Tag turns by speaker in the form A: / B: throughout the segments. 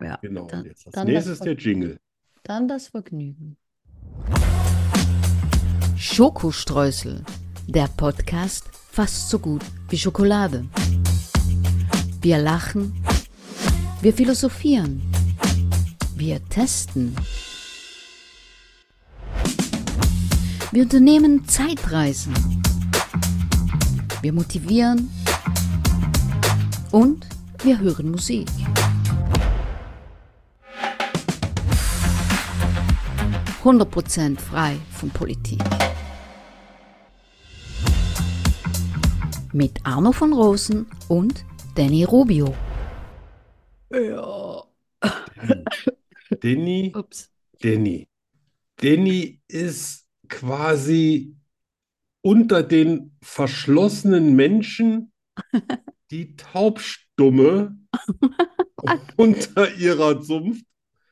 A: Ja,
B: Genau. Und
A: dann,
B: jetzt als
A: dann, das,
B: nächstes
A: Ver-
B: der Jingle.
A: dann das Vergnügen.
C: Schokostreusel, der Podcast fast so gut wie Schokolade. Wir lachen, wir philosophieren, wir testen. Wir unternehmen Zeitreisen. Wir motivieren und wir hören Musik. Prozent frei von Politik. Mit Arno von Rosen und Danny Rubio.
A: Ja,
B: Danny,
A: ups.
B: Danny. Danny ist quasi unter den verschlossenen Menschen die Taubstumme unter ihrer Zunft.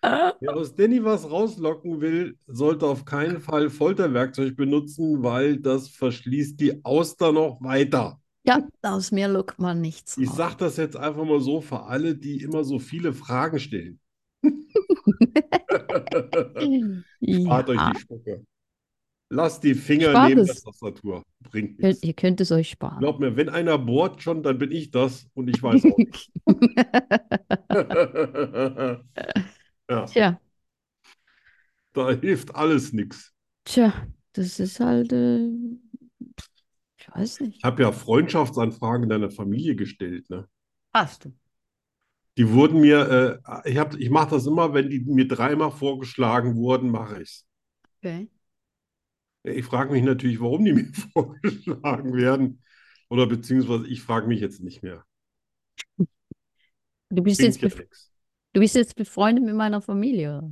B: Wer aus Danny was rauslocken will, sollte auf keinen Fall Folterwerkzeug benutzen, weil das verschließt die Auster noch weiter.
A: Ja, aus mir lockt man nichts
B: Ich
A: raus.
B: sage das jetzt einfach mal so für alle, die immer so viele Fragen stellen.
A: Ja,
B: Spart euch die Spucke. Lasst die Finger
A: Spart
B: neben
A: es.
B: der Tastatur. Bringt
A: könnt,
B: nichts.
A: ihr könnt es euch sparen.
B: Glaub mir, wenn einer bohrt schon, dann bin ich das und ich weiß auch nicht. ja,
A: Tja,
B: da hilft alles nichts.
A: tja, das ist halt, äh, ich weiß
B: Ich
A: nicht.
B: habe ja Freundschaftsanfragen deiner Familie gestellt, ne?
A: Hast du?
B: Die wurden mir, äh, ich hab, ich mache das immer, wenn die mir dreimal vorgeschlagen wurden, mache ich's.
A: Okay.
B: Ich frage mich natürlich, warum die mir vorgeschlagen werden. Oder beziehungsweise ich frage mich jetzt nicht mehr.
A: Du bist jetzt
B: Bringt ja
A: bef-
B: nichts.
A: du bist jetzt befreundet mit meiner Familie. oder?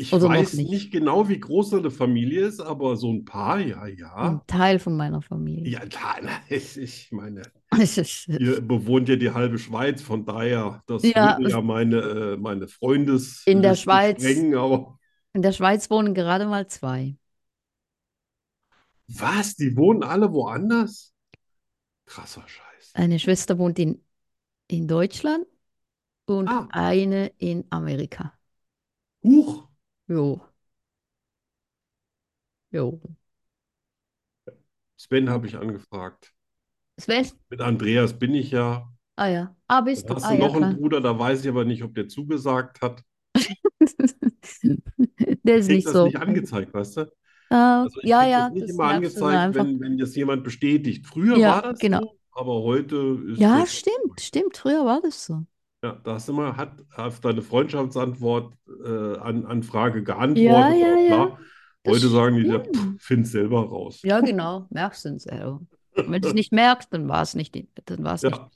B: Ich
A: Oder also noch
B: weiß
A: nicht.
B: nicht genau, wie groß deine Familie ist, aber so ein paar, ja, ja.
A: Ein Teil von meiner Familie.
B: Ah? Ja, da, na, ich meine,
A: Es ist, äh,
B: ihr bewohnt ja die halbe Schweiz, von daher, das
A: Ja,
B: würde
A: es-
B: ja meine, äh, meine Freundes
A: In der
B: Liste
A: Schweiz.
B: sprengen, aber
A: in der Schweiz wohnen gerade mal zwei.
B: was? Die wohnen alle woanders? Krasser Scheiß.
A: Eine Schwester wohnt in, in Deutschland und
B: Ah.
A: eine in Amerika.
B: Huch,
A: Jo. Jo.
B: Sven habe ich angefragt.
A: Sven?
B: Mit Andreas bin ich ja.
A: Ah ja. Ah,
B: Dann
A: bist du?
B: hast
A: Ah
B: du
A: ja,
B: noch einen Bruder, da weiß ich aber nicht, ob der zugesagt hat.
A: klar. Der ist
B: Kriegt
A: nicht
B: das
A: so.
B: nicht angezeigt, weißt du?
A: Ah,
B: Also ich
A: ja,
B: krieg das
A: ja,
B: nicht
A: das
B: immer
A: merkst du
B: angezeigt,
A: einfach.
B: wenn, wenn das jemand bestätigt. Früher
A: Ja,
B: war das
A: genau.
B: so, aber heute ist
A: Ja,
B: das.
A: stimmt, stimmt. Früher war das so.
B: Ja, da hast du mal, hat auf deine Freundschaftsantwort äh, an Anfrage
A: Ja,
B: geantwortet,
A: ja,
B: war
A: ja.
B: klar.
A: Das
B: Heute sagen die, ja, pff,
A: stimmt.
B: find's selber raus.
A: Ja, genau. Merkst du es selber. Wenn du es nicht merkst, dann war es nicht, die- dann war es nicht.
B: Ja,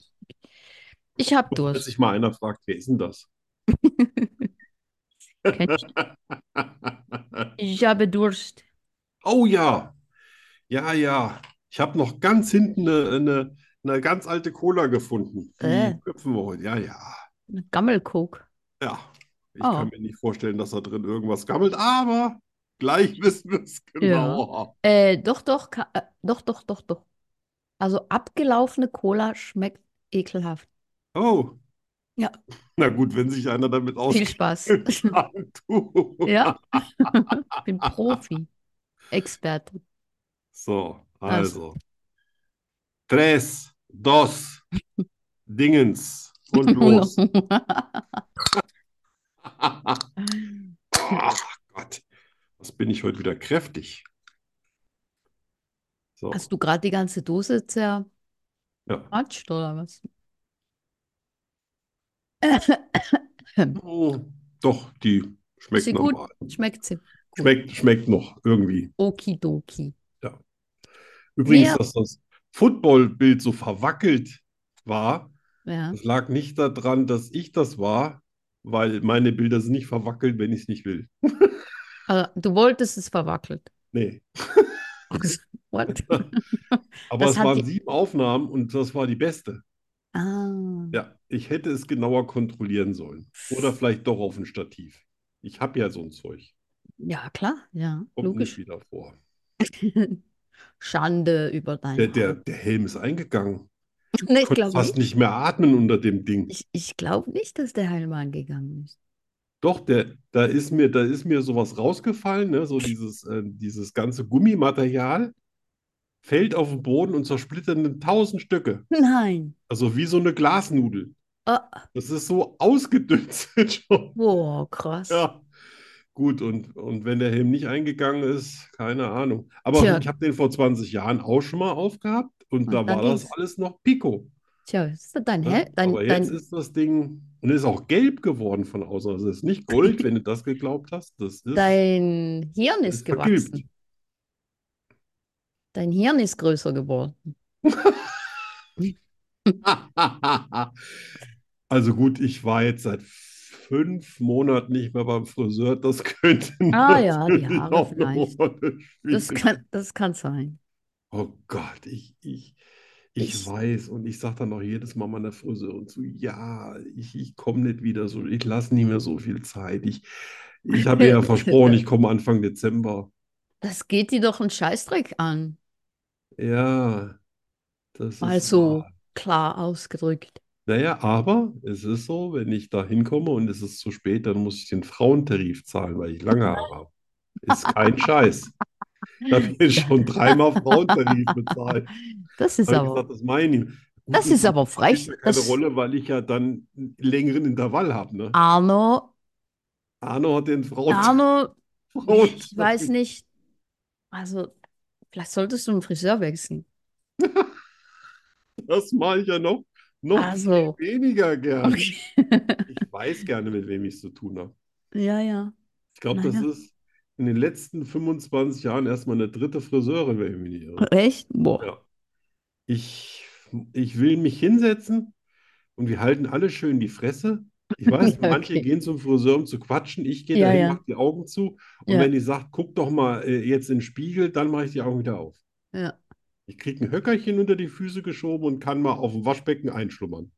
A: Ich hab
B: dass
A: Durst.
B: sich mal einer fragt, wer ist denn das?
A: Kenn ich. Ich habe Durst.
B: Oh ja, ja, ja. Ich habe noch ganz hinten eine, eine, eine ganz alte Cola gefunden. Die
A: Äh.
B: köpfen wir heute. Ja, ja.
A: Eine Gammelcoke.
B: Ja, ich
A: Oh.
B: kann mir nicht vorstellen, dass da drin irgendwas gammelt, aber gleich wissen wir es genauer.
A: Äh, doch, doch, ka- äh, doch, doch, doch, doch. Also abgelaufene Cola schmeckt ekelhaft.
B: Oh,
A: Ja,
B: na gut, wenn sich einer damit
A: viel
B: auskennt,
A: Spaß.
B: dann tu.
A: Ja, ich bin Profi, Experte.
B: So,
A: Also.
B: also. Tres, dos, Dingens und los. Ach Gott, was bin ich heute wieder kräftig. So,
A: Hast du gerade die ganze Dose zermatscht
B: ja.
A: oder was?
B: Oh, doch, die schmeckt
A: Ist sie gut?
B: normal.
A: Schmeckt sie? Gut.
B: Schmeckt, schmeckt noch irgendwie.
A: Okidoki.
B: Übrigens,
A: Wer-
B: dass das Footballbild so verwackelt war,
A: Ja.
B: das lag nicht daran, dass ich das war, weil meine Bilder sind nicht verwackelt, wenn ich es nicht will.
A: Also, du wolltest es verwackelt.
B: Nee.
A: What?
B: Aber
A: Das
B: es
A: hat
B: waren
A: die-
B: sieben Aufnahmen und das war die beste.
A: Ah.
B: Ja, ich hätte es genauer kontrollieren sollen. Oder vielleicht doch auf ein Stativ. Ich habe ja so ein Zeug.
A: Ja, klar, ja,
B: Kommt nicht
A: logisch.
B: wieder vor.
A: Schande über
B: Der,
A: dein
B: der,
A: Haupt.
B: der Helm ist eingegangen.
A: Nee, ich
B: Konnte
A: glaube
B: fast
A: nicht.
B: nicht mehr atmen unter dem Ding.
A: Ich, ich glaube nicht, dass der Heilmann gegangen ist.
B: Doch, der, da ist mir, da ist mir sowas rausgefallen, ne? So dieses, äh, dieses ganze Gummimaterial fällt auf den Boden und zersplittert in tausend Stücke.
A: Nein.
B: Also wie so eine Glasnudel.
A: Ah,
B: Das ist so ausgedünstet schon.
A: boah, krass.
B: Ja. Gut, und, und wenn der Helm nicht eingegangen ist, keine Ahnung. Aber
A: Tja.
B: ich habe den vor 20 Jahren auch schon mal aufgehabt
A: Und
B: und da
A: dann
B: war das
A: ging's.
B: alles noch Pico.
A: Tja, ist das dein,
B: Ne?
A: Hel dein,
B: Aber jetzt
A: dein,
B: ist das Ding und ist auch gelb geworden von außen. Also es ist nicht Gold, wenn du das geglaubt hast. Das ist,
A: dein Hirn
B: das
A: ist
B: ist vergilbt.
A: gewachsen. Dein Hirn ist größer geworden.
B: Also gut, ich war jetzt seit fünf Monaten nicht mehr beim Friseur. Das könnte
A: Ah ja, die
B: natürlich
A: Haare
B: auch eine
A: vielleicht.
B: Rolle
A: Das
B: spielen.
A: kann, das kann sein.
B: Oh Gott, ich, ich, ich
A: Ich-
B: weiß und ich sage dann auch jedes Mal meiner Friseurin zu, ja, ich, ich komme nicht wieder so, ich lasse nicht mehr so viel Zeit. Ich, ich habe ihr ja versprochen, ich komme Anfang Dezember.
A: Das geht dir doch einen Scheißdreck an.
B: Ja, das ist
A: Also
B: wahr.
A: klar ausgedrückt.
B: Naja, aber es ist so, wenn ich da hinkomme und es ist zu spät, dann muss ich den Frauentarif zahlen, weil ich lange Haare habe. Ist kein Scheiß. Ich habe jetzt schon dreimal Frauentarif bezahlt.
A: Das ist
B: Habe ich
A: aber,
B: gesagt, das meine ich. Gut,
A: das
B: es
A: ist aber
B: spielt
A: frech.
B: ja keine
A: Das
B: Rolle, weil ich ja dann einen längeren Intervall habe, ne?
A: Arno,
B: Arno hat den Frauen
A: Arno, ich weiß
B: Frauentarif.
A: nicht. Also, vielleicht solltest du einen Friseur wechseln.
B: Das mache ich ja noch, noch
A: Also,
B: weniger gern.
A: okay.
B: Ich weiß gerne, mit wem ich es zu tun habe.
A: Ja, ja.
B: Ich glaube, das
A: Naja.
B: ist in den letzten 25 Jahren erstmal eine dritte Friseurin, wenn ich mich nicht irre.
A: Echt? Boah.
B: Ja. Ich, ich will mich hinsetzen und wir halten alle schön die Fresse. Ich weiß,
A: Ja,
B: manche
A: okay.
B: gehen zum Friseur, um zu quatschen. Ich gehe
A: Ja,
B: dahin,
A: ja,
B: mache die Augen zu. Und
A: ja,
B: wenn die sagt, guck doch mal äh, jetzt in den Spiegel, dann mache ich die Augen wieder auf.
A: ja.
B: Ich kriege ein Höckerchen unter die Füße geschoben und kann mal auf dem Waschbecken einschlummern.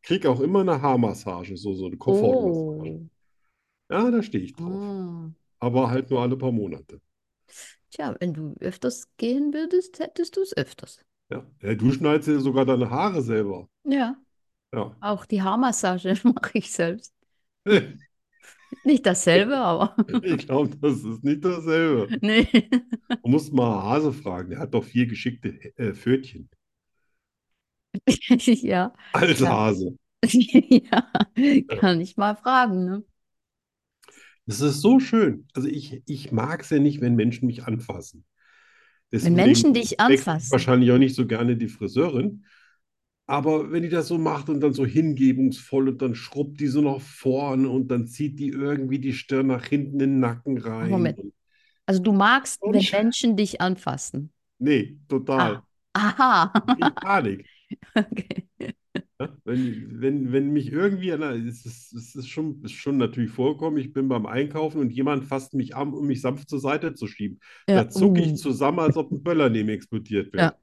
B: Krieg auch immer eine Haarmassage, so, so eine Komfortmassage.
A: Oh.
B: Ja, da stehe ich drauf.
A: Ah.
B: Aber halt nur alle paar Monate.
A: Tja, wenn du öfters gehen würdest, hättest du es öfters.
B: Ja. Ja, du schneidest dir sogar deine Haare selber.
A: Ja,
B: Ja.
A: auch die Haarmassage mache ich selbst. Nicht dasselbe, aber
B: Ich glaube, das ist nicht dasselbe.
A: nee.
B: Man muss mal Hase fragen, der hat doch vier geschickte äh, Pfötchen.
A: Ja,
B: Als
A: ja.
B: Hase.
A: Ja,
B: Ja.
A: kann ich mal fragen, ne?
B: Das ist so schön. Also ich, ich mag es ja nicht, wenn Menschen mich anfassen.
A: Wenn
B: Deswegen
A: Menschen dich
B: wechsle ich
A: anfassen.
B: wahrscheinlich auch nicht so gerne die Friseurin. Aber wenn die das so macht und dann so hingebungsvoll und dann schrubbt die so nach vorne und dann zieht die irgendwie die Stirn nach hinten in den Nacken rein.
A: Moment,
B: Und,
A: also du magst, wenn
B: und
A: Menschen dich anfassen.
B: nee,
A: Ah,
B: total.
A: aha.
B: Ich kriege Panik.
A: Okay.
B: Ja, wenn, wenn, wenn mich irgendwie einer, es ist, es ist schon, ist schon natürlich vorgekommen, ich bin beim Einkaufen und jemand fasst mich an, um mich sanft zur Seite zu schieben.
A: Ja,
B: Da zucke ich
A: uh,
B: zusammen, als ob ein Böller neben mir explodiert wäre.
A: ja,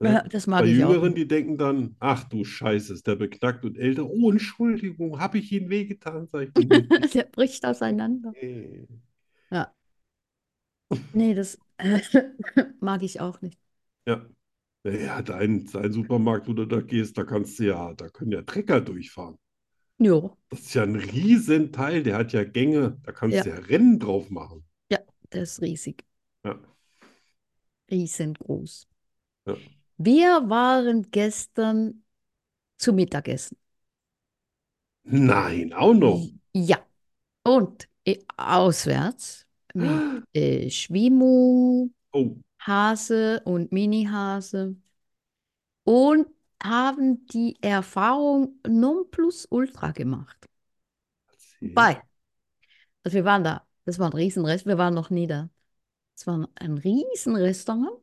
B: Ne?
A: ja, das
B: Bei
A: mag ich auch
B: Jüngeren,
A: nicht.
B: die denken dann, ach du Scheiße, ist der beknackt und älter. Oh, Entschuldigung, habe ich Ihnen wehgetan? Sag ich, nee.
A: Der bricht auseinander.
B: nee.
A: Ja, nee, das mag ich auch nicht.
B: Ja. Ja, dein, dein Supermarkt, wo du da gehst, da kannst du ja, da können ja Trecker durchfahren.
A: Jo,
B: Das ist ja ein Riesenteil, der hat ja Gänge, da kannst
A: ja,
B: du ja Rennen drauf machen.
A: ja, der ist riesig,
B: Ja,
A: riesengroß.
B: ja.
A: Wir waren gestern zu Mittagessen.
B: Nein, auch noch.
A: Ja, und äh, auswärts mit äh, Schwimu,
B: Oh,
A: Hase und Mini-Hase und haben die Erfahrung Nonplusultra gemacht.
B: erzähl.
A: Bei, also wir waren da, das war ein Riesenrest, wir waren noch nie da. Es war ein Riesenrestaurant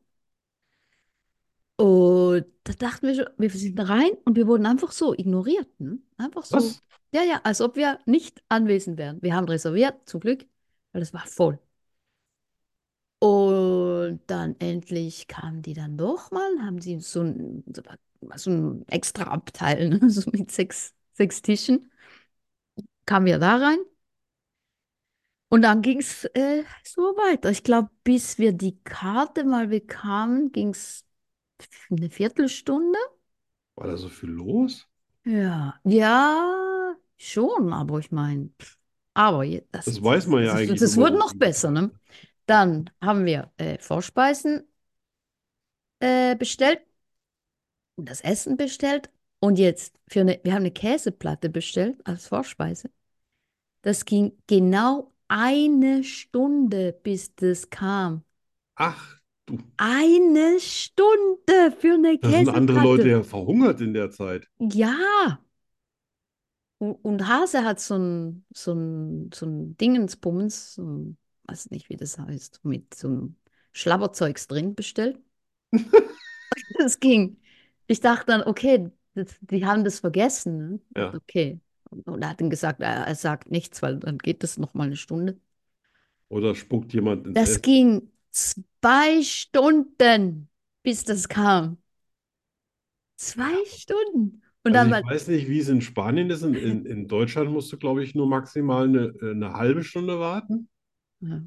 A: und da dachten wir schon, wir sind rein und wir wurden einfach so ignoriert, ne? Einfach so,
B: Was?
A: ja, ja, als ob wir nicht anwesend wären. Wir haben reserviert, zum Glück, weil es war voll. Und dann endlich kamen die dann doch mal, haben sie so ein, so ein extra Abteil, ne? So mit sechs, sechs Tischen, kamen wir da rein. Und dann ging es äh, so weiter. Ich glaube, bis wir die Karte mal bekamen, ging es eine Viertelstunde.
B: War da so viel los?
A: Ja, ja, schon, aber ich meine, aber je- das,
B: Das weiß man ja
A: das,
B: eigentlich.
A: das, das
B: immer.
A: wurde noch besser, ne? Dann haben wir äh, Vorspeisen äh, bestellt, und das Essen bestellt und jetzt für eine, wir haben eine Käseplatte bestellt als Vorspeise. Das ging genau eine Stunde, bis das kam.
B: Ach, du,
A: Eine Stunde für eine
B: da sind andere Leute
A: Käseplatte.
B: ja verhungert in der Zeit.
A: Ja. Und, und Hase hat so ein, so ein, so ein Dingensbummens, so ein, weiß nicht, wie das heißt, mit so einem Schlabberzeugs drin bestellt. Das ging. Ich dachte dann, okay, das, die haben das vergessen. Ne?
B: Ja.
A: Okay. Und, und er hat dann gesagt, er, er sagt nichts, weil dann geht das noch mal eine Stunde.
B: Oder spuckt jemand ins
A: Das
B: Essen.
A: ging zwei Stunden, bis das kam. Zwei Stunden. Und dann
B: Also
A: war
B: ich weiß nicht, wie es in Spanien ist. In, in, in Deutschland musst du, glaube ich, nur maximal eine, äh, eine halbe Stunde warten.
A: Ja.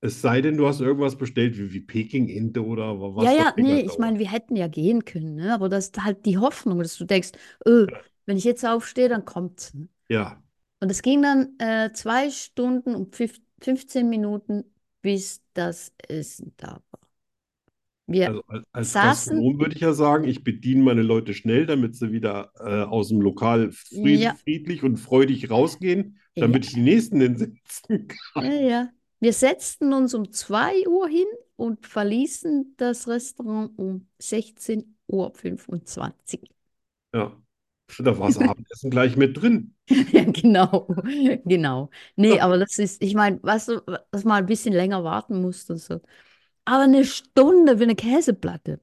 B: Es sei denn, du hast irgendwas bestellt, wie, wie Peking-Ente oder wa- was
A: Ja,
B: da
A: ja,
B: länger
A: nee, ich
B: dauert.
A: meine, wir hätten ja gehen können, ne? Aber das ist halt die Hoffnung, dass du denkst, öh, wenn ich jetzt aufstehe, dann kommt's. ne?
B: Ja,
A: Und es ging dann äh, zwei Stunden und fünf, 15 Minuten, bis das Essen da war. Wir,
B: also als, als
A: saßen-
B: Gastronom würde ich ja sagen, ich bediene meine Leute schnell, damit sie wieder äh, aus dem Lokal fried,
A: Ja.
B: friedlich und freudig rausgehen,
A: Ja.
B: damit ich die Nächsten hinsetzen kann.
A: ja, ja, wir setzten uns um 2 Uhr hin und verließen das Restaurant um 16.25 Uhr.
B: Ja, da war das Abendessen gleich mit drin.
A: Ja, genau, genau. Nee, aber das ist, ich meine, weißt du, dass man ein bisschen länger warten muss und so. Aber eine Stunde für eine Käseplatte.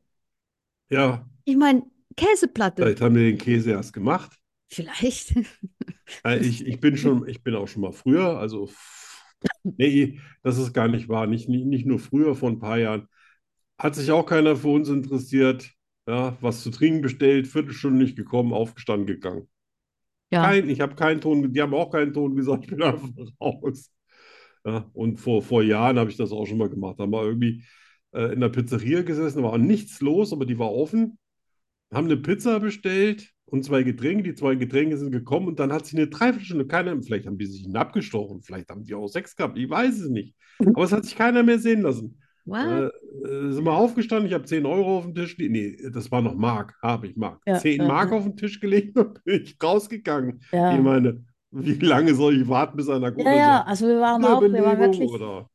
B: Ja,
A: Ich meine, Käseplatte,
B: vielleicht haben wir den Käse erst gemacht.
A: vielleicht.
B: Äh, Ich, ich bin schon, ich bin auch schon mal früher, also f- nee, das ist gar nicht wahr. Nicht, nicht, nicht nur früher, vor ein paar Jahren. Hat sich auch keiner für uns interessiert. Ja, was zu trinken bestellt, Viertelstunde nicht gekommen, aufgestanden, gegangen.
A: Ja,
B: Kein, ich habe keinen Ton, ge- die haben auch keinen Ton gesagt, ich bin einfach raus. Ja, und vor, vor Jahren habe ich das auch schon mal gemacht. Da haben wir irgendwie äh, in der Pizzeria gesessen, da war nichts los, aber die war offen. Haben eine Pizza bestellt und zwei Getränke. Die zwei Getränke sind gekommen und dann hat sich eine Dreiviertelstunde keiner, vielleicht haben die sich einen abgestochen, vielleicht haben die auch Sex gehabt, ich weiß es nicht. Aber es hat sich keiner mehr sehen lassen. Äh,
A: what?
B: äh, sind wir aufgestanden, ich habe 10 Euro auf dem Tisch liegen. Nee, das war noch Mark, habe ich Mark.
A: Ja,
B: 10
A: ja,
B: Mark
A: ja.
B: auf den Tisch gelegt und bin ich rausgegangen.
A: Ja.
B: Ich meine, wie lange soll ich warten, bis einer kommt
A: Ja,
B: und
A: ja,
B: sagt,
A: also wir waren auch, wir waren
B: Überbelegung
A: wirklich
B: oder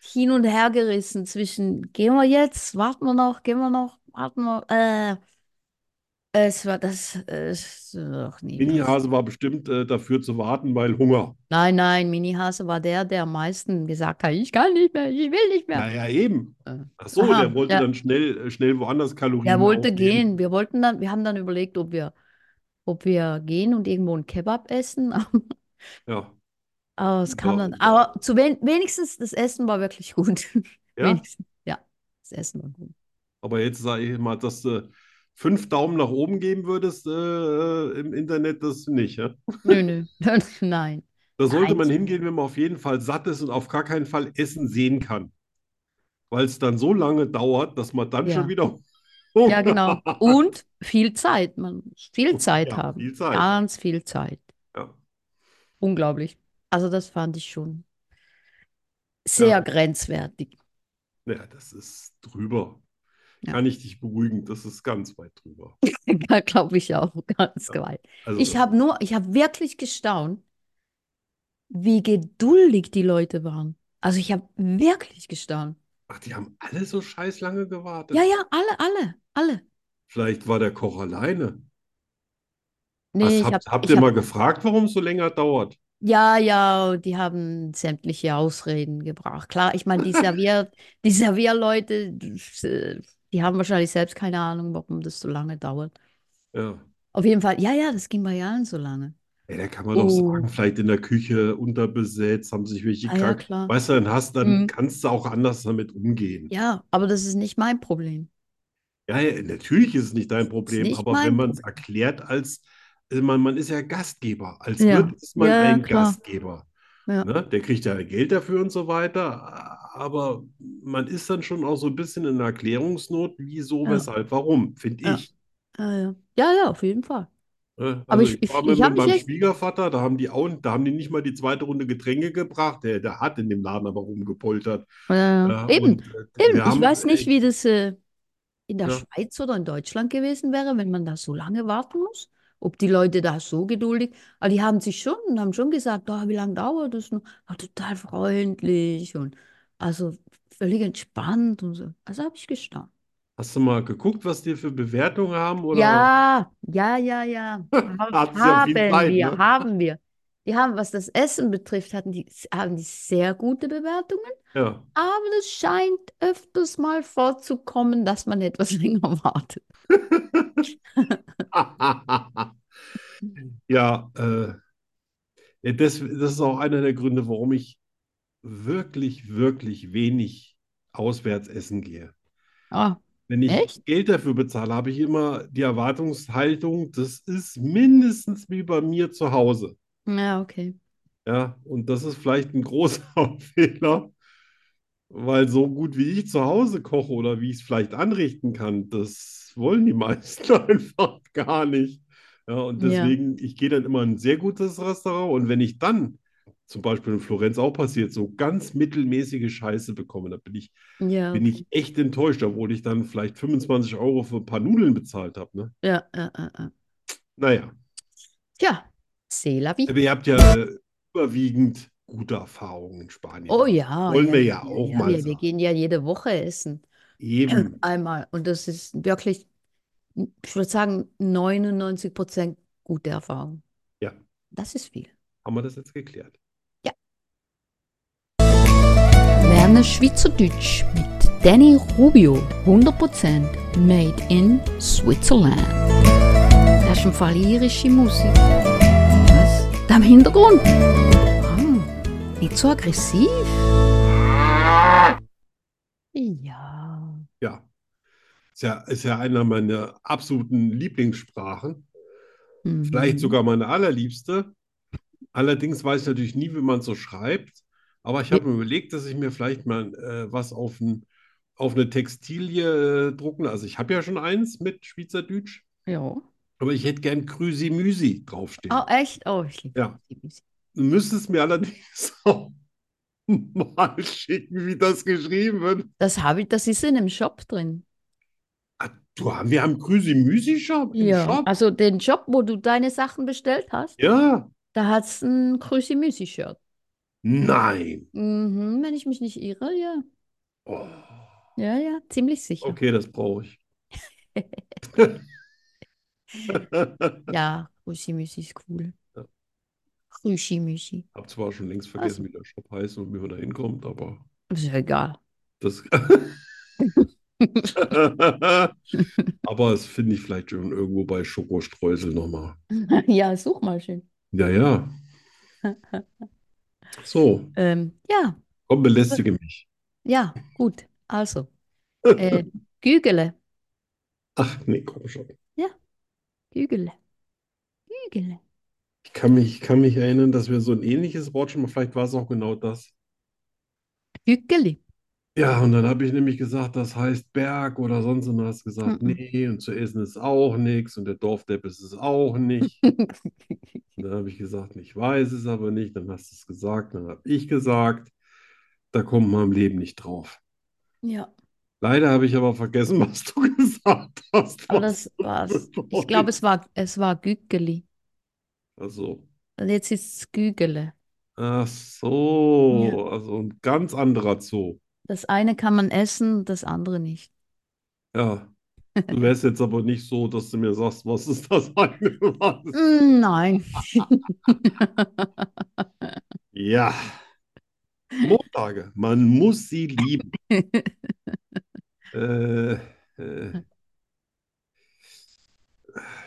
A: hin und her gerissen zwischen, gehen wir jetzt, warten wir noch, gehen wir noch, warten wir, äh, es war das, äh, es war doch nie was.
B: Mini-Hase war bestimmt äh, dafür zu warten, weil Hunger.
A: Nein, nein, Mini-Hase war der, der am meisten gesagt hat, ich kann nicht mehr, ich will nicht mehr.
B: Naja, eben.
A: Äh,
B: Ach so,
A: Aha,
B: der wollte
A: ja.
B: dann schnell, äh, schnell woanders Kalorien
A: Er wollte
B: aufnehmen.
A: gehen. Wir wollten dann, wir haben dann überlegt, ob wir, ob wir gehen und irgendwo einen Kebab essen.
B: Ja,
A: Aber es kam
B: Ja,
A: dann.
B: ja.
A: Aber zu wen, wenigstens das Essen war wirklich gut.
B: ja.
A: Wenigstens. Ja, das Essen war gut.
B: Aber jetzt sage ich mal, dass du fünf Daumen nach oben geben würdest äh, im Internet, das nicht. Ja?
A: Nö, nö. Nein.
B: Da sollte
A: Nein.
B: man hingehen, wenn man auf jeden Fall satt ist und auf gar keinen Fall Essen sehen kann. Weil es dann so lange dauert, dass man dann
A: Ja.
B: schon wieder.
A: Ja, genau. Und viel Zeit. Man muss viel Zeit
B: Ja,
A: haben. Ah.
B: viel Zeit.
A: Ganz viel Zeit.
B: Ja.
A: Unglaublich. Also das fand ich schon sehr
B: Ja.
A: grenzwertig.
B: Naja, das ist drüber.
A: Ja.
B: Kann ich dich beruhigen, das ist ganz weit drüber.
A: Glaube ich auch. Ganz geil.
B: Also,
A: Ich habe nur, ich habe wirklich gestaunt, wie geduldig die Leute waren. Also ich habe wirklich gestaunt.
B: ach, die haben alle so scheiß lange gewartet.
A: Ja, ja, alle, alle, alle.
B: Vielleicht war der Koch alleine.
A: Nee,
B: Was
A: ich
B: habt,
A: habe,
B: habt
A: ich
B: ihr
A: hab,
B: mal gefragt, warum es so länger dauert?
A: ja, ja, die haben sämtliche Ausreden gebracht. Klar, ich meine, die Servier, die Servierleute, äh, die haben wahrscheinlich selbst keine Ahnung, warum das so lange dauert.
B: Ja.
A: Auf jeden Fall, ja, ja, das ging bei allen so lange.
B: Ja, da kann man doch
A: Oh.
B: sagen, vielleicht in der Küche unterbesetzt, haben sich welche
A: Ah, ja,
B: krank.
A: klar.
B: Weißt du, dann hast, dann
A: Mhm.
B: kannst du auch anders damit umgehen.
A: Ja, aber das ist nicht mein Problem.
B: Ja, ja, natürlich ist es nicht dein Problem,
A: nicht
B: aber
A: mein
B: wenn man es erklärt als, also man, man äh, ist ja Gastgeber, als
A: Ja.
B: Wirt ist man
A: Ja,
B: ein
A: klar.
B: Gastgeber.
A: Ja.
B: Ne? Der kriegt ja Geld dafür und so weiter. Aber man ist dann schon auch so ein bisschen in Erklärungsnot, wieso,
A: Ja.
B: weshalb, warum, finde
A: Ja.
B: ich.
A: Ah, ja. Ja, ja, auf jeden Fall.
B: Ne?
A: Aber
B: Also
A: ich- ich-
B: war
A: ich
B: mal
A: hab
B: mit
A: mich
B: meinem
A: echt-
B: Schwiegervater, da haben die auch, da haben die nicht mal die zweite Runde Getränke gebracht. Der, der hat in dem Laden aber rumgepoltert.
A: Ja, ja.
B: Ja,
A: eben,
B: und, äh,
A: eben.
B: wir
A: Ich
B: haben
A: weiß nicht,
B: echt-
A: wie das äh, in der
B: Ja.
A: Schweiz oder in Deutschland gewesen wäre, wenn man da so lange warten muss. Ob die Leute da so geduldig, aber die haben sich schon, haben schon gesagt, oh, wie lange dauert das noch? Ah, total freundlich und also völlig entspannt und so. Also habe ich gestaunt.
B: Hast du mal geguckt, was die für Bewertungen haben? Oder?
A: Ja, ja, ja, ja.
B: Hat's ja
A: haben
B: viel Zeit,
A: wir,
B: ne?
A: haben wir. Die haben, was das Essen betrifft, hatten die, haben die sehr gute Bewertungen,
B: Ja.
A: aber es scheint öfters mal vorzukommen, dass man etwas länger wartet.
B: Ja, äh, ja, das, das ist auch einer der Gründe, warum ich wirklich, wirklich wenig auswärts essen gehe.
A: Ah,
B: Wenn ich
A: Echt?
B: Geld dafür bezahle, habe ich immer die Erwartungshaltung, das ist mindestens wie bei mir zu Hause.
A: ja, okay.
B: Ja, und das ist vielleicht ein großer Fehler, weil so gut wie ich zu Hause koche oder wie ich es vielleicht anrichten kann, das wollen die meisten einfach gar nicht. Ja, und
A: Ja.
B: deswegen, ich gehe dann immer in ein sehr gutes Restaurant und wenn ich dann, zum Beispiel in Florenz auch passiert, so ganz mittelmäßige Scheiße bekomme, da bin ich,
A: Ja,
B: bin
A: okay.
B: ich echt enttäuscht, obwohl ich dann vielleicht 25 Euro für ein paar Nudeln bezahlt habe. Ne?
A: Ja, ja, ja, ja.
B: Naja,
A: Tja, c'est la vie.
B: aber ihr habt ja äh, überwiegend gute Erfahrungen in Spanien.
A: Oh ja,
B: Wollen
A: ja,
B: wir
A: ja,
B: ja auch
A: ja,
B: mal
A: wir, wir
B: sagen. Hm.
A: gehen ja jede Woche essen.
B: Eben.
A: Einmal. Und das ist wirklich, ich würde sagen, 99 Prozent gute Erfahrung.
B: Ja,
A: Das ist viel.
B: haben wir das jetzt geklärt?
C: Lerne Schweizerdeutsch mit Danny Rubio. 100% made in Switzerland. Das ist im Fall irische Musik. Was? Da im Hintergrund? Ah, nicht so aggressiv.
A: Ja.
B: Ja. Ist ja, ist ja einer meiner absoluten Lieblingssprachen. Vielleicht
A: Mhm.
B: sogar meine allerliebste. Allerdings weiß ich natürlich nie, wie man so schreibt. Aber ich habe mir überlegt, dass ich mir vielleicht mal äh, was auf, ein, auf eine Textilie äh, drucken. Also ich habe ja schon eins mit Schweizerdeutsch,
A: Ja.
B: aber ich hätte gern Krüsi-Müsi draufstehen.
A: Oh, echt? Oh, ich liebe
B: Ja.
A: die Musik.
B: Du müsstest mir allerdings auch mal schicken, wie das geschrieben wird.
A: Das habe ich, das ist in einem Shop drin.
B: Ah, Du, wir haben Krüsi-Müsi-Shop im
A: Ja.
B: Shop.
A: Also den Shop, wo du deine Sachen bestellt hast,
B: Ja,
A: da hat es ein Krüsi-Müsi-Shirt.
B: nein.
A: Mhm, wenn ich mich nicht irre, ja.
B: Oh,
A: Ja, ja, ziemlich sicher.
B: okay, das brauche ich.
A: Ja, Krüsi-Müsi ist cool.
B: Ja.
A: Krüsi-Müsi.
B: Hab zwar schon längst vergessen, wie der Shop heißt und wie man da hinkommt, aber
A: Ist ja egal.
B: das. Aber das finde ich vielleicht schon irgendwo bei Schokostreusel nochmal.
A: Ja, such mal schön.
B: Ja, ja. So,
A: Ähm, ja,
B: komm, belästige mich.
A: ja, gut. Also, äh, Gügele,
B: Ach, nee, komm schon.
A: Gügele, Gügele.
B: Ich kann mich, ich kann mich erinnern, dass wir so ein ähnliches Wort schon mal, vielleicht war es auch genau das.
A: Gügeli.
B: Ja, und dann habe ich nämlich gesagt, das heißt Berg oder sonst und du hast gesagt,
A: Mhm.
B: nee, und zu essen ist auch nichts und der Dorfdepp ist es auch nicht. Und dann habe ich gesagt, ich weiß es aber nicht, dann hast du es gesagt, dann habe ich gesagt, da kommt man im Leben nicht drauf.
A: Ja,
B: Leider habe ich aber vergessen, was du gesagt hast.
A: aber
B: was
A: das war's.
B: du
A: Ich glaube,
B: wolltest.
A: es war, es war Gügeli.
B: Also,
A: Und jetzt ist es Gügele.
B: ach so, also ein ganz anderer Zoo.
A: Das eine kann man essen, das andere nicht.
B: Ja, du wärst jetzt aber nicht so, dass du mir sagst, was ist das eine? Was?
A: Mm, nein.
B: Ja, Montage, man muss sie lieben. Äh, äh, wenn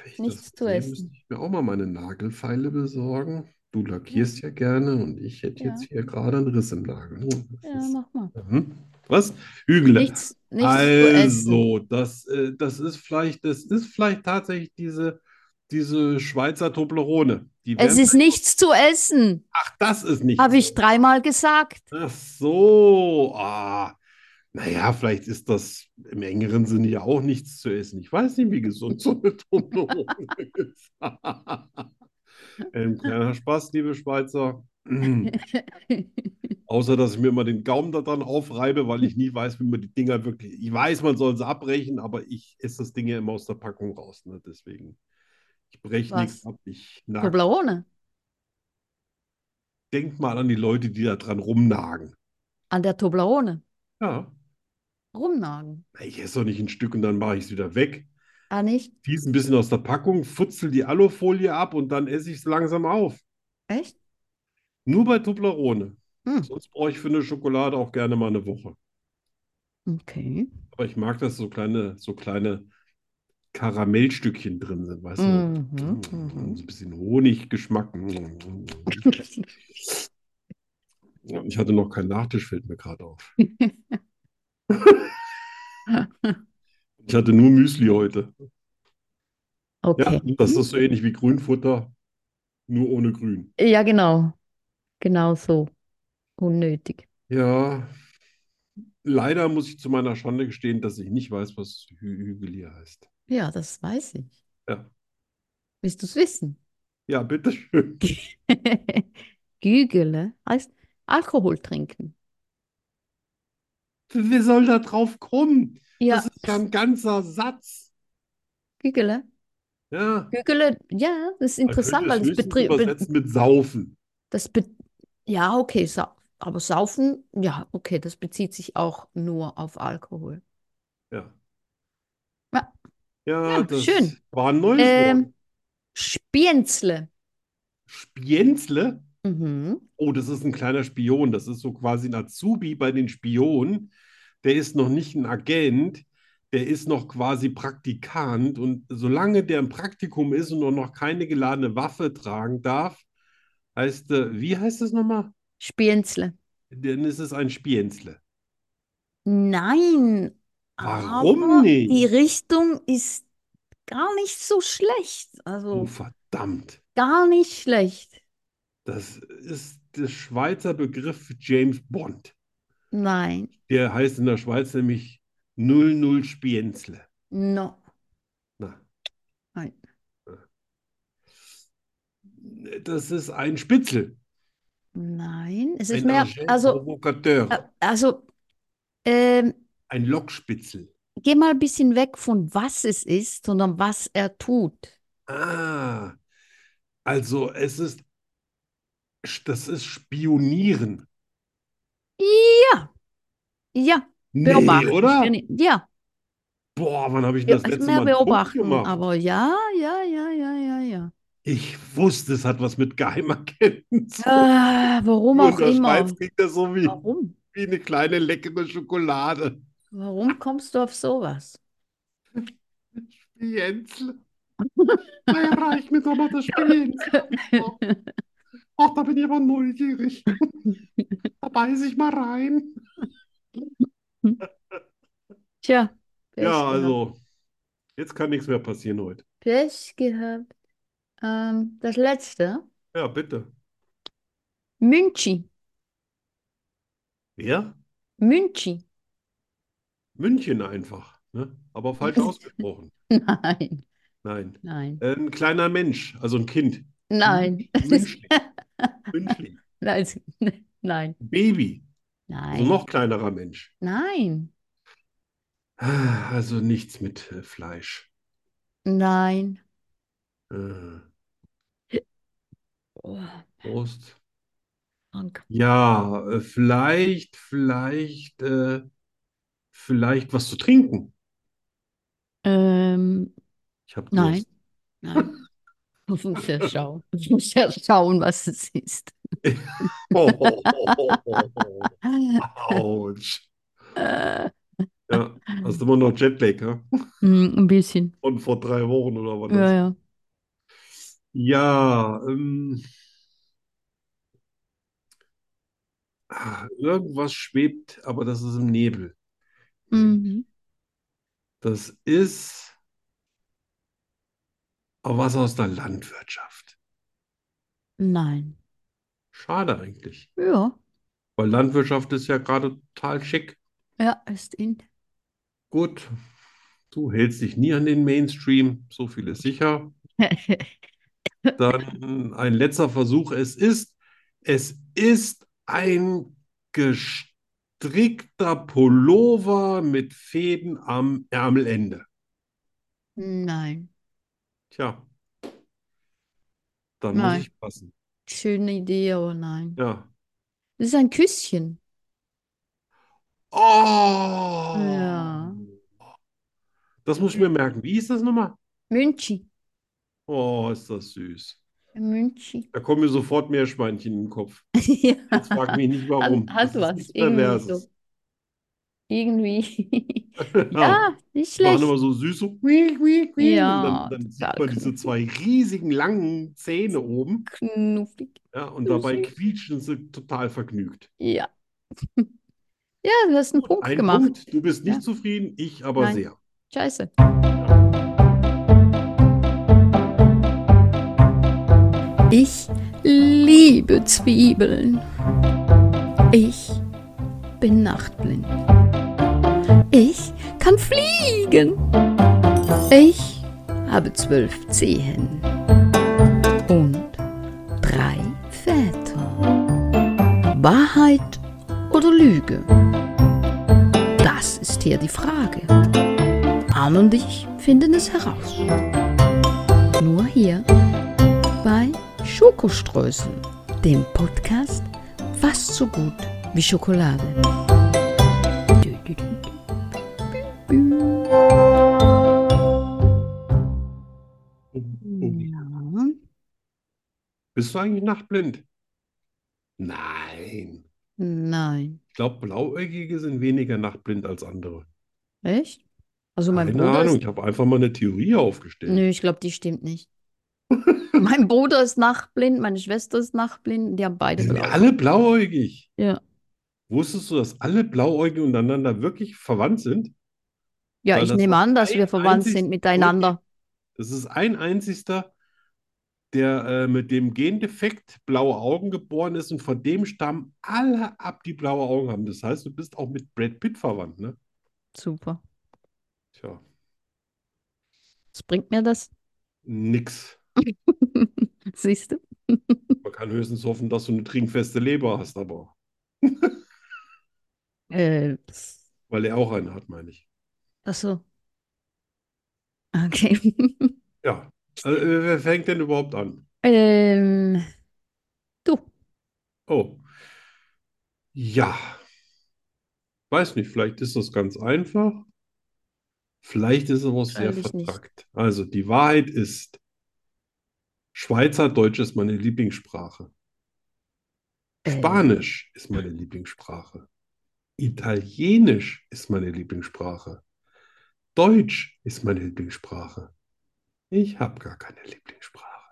B: ich das
A: Nichts zu
B: sehe,
A: essen.
B: müsste ich mir auch mal meine Nagelfeile besorgen. Du lackierst ja gerne und ich hätte
A: Ja.
B: jetzt hier gerade einen Riss im Nagel. Oh, das
A: Ja,
B: ist-
A: mach mal.
B: Mhm. Was? Hügele.
A: Nichts, nichts zu essen.
B: Also, das, äh, das ist vielleicht, das ist vielleicht tatsächlich diese diese Schweizer Toblerone. Die
A: Es
B: werden-
A: ist nichts zu essen,
B: Ach, das ist nicht.
A: habe ich dreimal gesagt.
B: Ach so. Ah. Naja, vielleicht ist das im engeren Sinne ja auch nichts zu essen. Ich weiß nicht, wie gesund so eine Toblerone ist. Ähm, kleiner Spaß, liebe Schweizer. Außer, dass ich mir immer den Gaumen da dran aufreibe, weil ich nie weiß, wie man die Dinger wirklich. Ich weiß, man soll sie abbrechen, aber ich esse das Ding ja immer aus der Packung raus. Ne? Deswegen, ich breche
A: Was?
B: nichts ab. Ich nag.
A: Toblerone.
B: Denk mal an die Leute, die da dran rumnagen.
A: An der Toblerone.
B: Ja,
A: Rumnagen.
B: ich esse doch nicht ein Stück und dann mache ich es wieder weg.
A: Ah, nicht?
B: Fies ein bisschen aus der Packung, futzel die Alufolie ab und dann esse ich es langsam auf.
A: Echt?
B: Nur bei Toblerone.
A: Hm.
B: Sonst brauche ich für eine Schokolade auch gerne mal eine Woche.
A: Okay.
B: Aber ich mag, dass so kleine, so kleine Karamellstückchen drin sind, weißt du? Mm,
A: Mhm.
B: So
A: Mhm.
B: ein bisschen Honiggeschmack. Mm, Ja, Ich hatte noch keinen Nachtisch, fällt mir gerade auf. Ich hatte nur Müsli heute. Ja,
A: Okay.
B: das ist so ähnlich wie Grünfutter, nur ohne Grün.
A: Ja, genau. Genau so. Unnötig.
B: Ja, leider muss ich zu meiner Schande gestehen, dass ich nicht weiß, was Hü Hügeli heißt.
A: Ja, das weiß ich.
B: Ja.
A: Willst du es wissen?
B: Ja, bitteschön.
A: Gügele heißt Alkohol trinken.
B: Wer soll da drauf kommen?
A: Ja,
B: Das ist ja ein ganzer Satz.
A: Gügele.
B: Ja,
A: Gügele, ja, das ist
B: man könnte
A: interessant, weil das
B: es höchstens
A: betrie- be-
B: übersetzen mit Saufen.
A: das be ja, okay, sa aber saufen, ja, okay, das bezieht sich auch nur auf Alkohol.
B: Ja.
A: Ja.
B: Ja,
A: Ja,
B: das
A: schön.
B: war ein neues
A: Ähm,
B: Wort.
A: Spienzle.
B: Spienzle?
A: Mhm.
B: Oh, das ist ein kleiner Spion. Das ist so quasi ein Azubi bei den Spionen. Der ist noch nicht ein Agent. Der ist noch quasi Praktikant. Und solange der im Praktikum ist und auch noch keine geladene Waffe tragen darf, heißt, äh, wie heißt das nochmal?
A: Spienzle.
B: Dann ist es ein Spienzle.
A: Nein,
B: Warum
A: aber
B: nicht?
A: die Richtung ist gar nicht so schlecht. Also
B: Oh, verdammt.
A: gar nicht schlecht.
B: Das ist der Schweizer Begriff für James Bond.
A: Nein,
B: Der heißt in der Schweiz nämlich 00 Spienzle.
A: no.
B: Na.
A: Nein.
B: Das ist ein Spitzel,
A: Nein, es ist
B: ein
A: mehr,
B: Agent
A: also, äh,
B: Provocateur,
A: also, ähm,
B: ein Lockspitzel.
A: geh mal ein bisschen weg von was es ist, sondern was er tut.
B: Ah, also es ist, das ist Spionieren.
A: Ja, ja,
B: Nee,
A: beobachten.
B: oder?
A: Spioni- Ja,
B: Boah, wann habe ich denn
A: ja,
B: das
A: es ist
B: letzte
A: mehr
B: Mal einen Punkt
A: beobachten,
B: gemacht?
A: aber ja, ja, ja, ja, ja, ja.
B: Ich wusste, es hat was mit Geheimagenten zu tun.
A: Äh, warum
B: Und
A: auch
B: der
A: immer.
B: Schweiz kriegt das so wie,
A: Warum?
B: wie eine kleine leckere Schokolade.
A: Warum kommst du auf sowas?
B: Spienzle. Naja, reich mir doch noch das Spienzle. Ach, da bin ich aber neugierig. Da beiß ich mal rein.
A: Tja, Pech
B: Ja,
A: gehabt.
B: also, jetzt kann nichts mehr passieren heute.
A: Pech gehabt. Ähm, das letzte.
B: Ja, bitte.
A: Münchi.
B: Wer?
A: Münchi.
B: München einfach, ne? Aber falsch ausgesprochen.
A: Nein,
B: Nein.
A: nein,
B: Äh, Ein kleiner Mensch, also ein Kind.
A: nein,
B: Münchling. Münchling.
A: nein, nein,
B: Baby. Also
A: nein,
B: noch kleinerer Mensch.
A: nein,
B: Ah, Also nichts mit äh, Fleisch.
A: nein.
B: Äh,
A: Oh,
B: Prost.
A: krank.
B: Ja, äh, vielleicht, vielleicht, äh, vielleicht was zu trinken.
A: Ähm,
B: Ich habe
A: nein,
B: Durst.
A: nein. Ich muss ja schauen. Ich muss ja schauen, was es ist.
B: Oh, oh, oh, oh, oh. Autsch.
A: Äh,
B: Ja, hast immer noch Jetlag, ja?
A: mm, ein bisschen.
B: Von vor drei Wochen oder wann
A: Ja,
B: das?
A: ja.
B: Ja, ähm, ah, irgendwas schwebt, aber das ist im Nebel.
A: Mhm.
B: Das ist Aber was aus der Landwirtschaft?
A: Nein.
B: Schade eigentlich.
A: Ja,
B: Weil Landwirtschaft ist ja gerade total schick.
A: ja, ist in.
B: Gut, du hältst dich nie an den Mainstream, so viel ist sicher. Dann ein letzter Versuch. Es ist, es ist ein gestrickter Pullover mit Fäden am Ärmelende.
A: Nein.
B: Tja, dann muss
A: Nein.
B: ich passen.
A: Schöne Idee, aber nein.
B: Ja.
A: Das ist ein Küsschen.
B: Oh!
A: Ja.
B: Das muss ich mir merken. Wie ist das nochmal?
A: Münchi.
B: Oh, ist das süß.
A: Ein Münchi.
B: Da kommen mir sofort Meerschweinchen in den Kopf.
A: Ja.
B: Jetzt frag mich nicht warum.
A: Hat- hat
B: Das ist
A: was,
B: nichts
A: irgendwie
B: Perverses.
A: so. Irgendwie.
B: Ja,
A: Ja, nicht
B: die machen
A: schlecht.
B: aber so süß, so quiek, quiek, quiek.
A: Ja,
B: Und dann,
A: total
B: dann sieht man diese zwei riesigen langen Zähne oben.
A: Knuffig.
B: Ja, und
A: So
B: dabei
A: süß.
B: quietschen sie total vergnügt.
A: Ja. Ja, du hast einen Punkt
B: Ein
A: gemacht.
B: Punkt, du bist nicht
A: Ja.
B: zufrieden, ich aber
A: Nein.
B: sehr.
A: Scheiße.
C: Ich liebe Zwiebeln. Ich bin nachtblind. Ich kann fliegen. Ich habe zwölf Zehen und drei Väter. Wahrheit oder Lüge? Das ist hier die Frage. Arne und ich finden es heraus. Nur hier bei Schokoströßen, dem Podcast fast so gut wie Schokolade. Dü, dü, dü.
A: Hm.
B: Um, um.
A: Ja.
B: Bist du eigentlich nachtblind? Nein.
A: Nein.
B: Ich glaube, Blauäugige sind weniger nachtblind als andere.
A: Echt? Also mein
B: Keine
A: Bruder
B: Ahnung,
A: ist.
B: ich habe einfach mal eine Theorie aufgestellt.
A: Nö, ich glaube, die stimmt nicht. Mein Bruder ist nachtblind, meine Schwester ist nachtblind, die haben beide
B: Die sind
A: blau.
B: alle blauäugig.
A: Genau. Ja.
B: Wusstest du, dass alle Blauäugige untereinander wirklich verwandt sind?
A: Ja,
B: Weil
A: ich
B: das
A: nehme an, dass
B: ein
A: wir verwandt
B: einziges
A: sind miteinander.
B: Das ist ein einzigster, der äh, mit dem Gendefekt blaue Augen geboren ist und von dem stammen alle ab, die blaue Augen haben. Das heißt, du bist auch mit Brad Pitt verwandt, ne?
A: Super.
B: Tja,
A: Was bringt mir das?
B: nix.
A: Siehst du?
B: Man kann höchstens hoffen, dass du eine trinkfeste Leber hast, aber
A: Äh, pff.
B: weil er auch eine hat, meine ich.
A: ach so. Okay.
B: Ja. Also, äh, wer fängt denn überhaupt an?
A: Ähm, du.
B: Oh. Ja. Weiß nicht, vielleicht ist das ganz einfach. Vielleicht ist es aber auch sehr
A: Wahrscheinlich nicht.
B: vertrackt. Also, die Wahrheit ist, Schweizerdeutsch ist meine Lieblingssprache.
A: Äh,
B: Spanisch ist meine Lieblingssprache. Italienisch ist meine Lieblingssprache. Deutsch ist meine Lieblingssprache. Ich habe gar keine Lieblingssprache.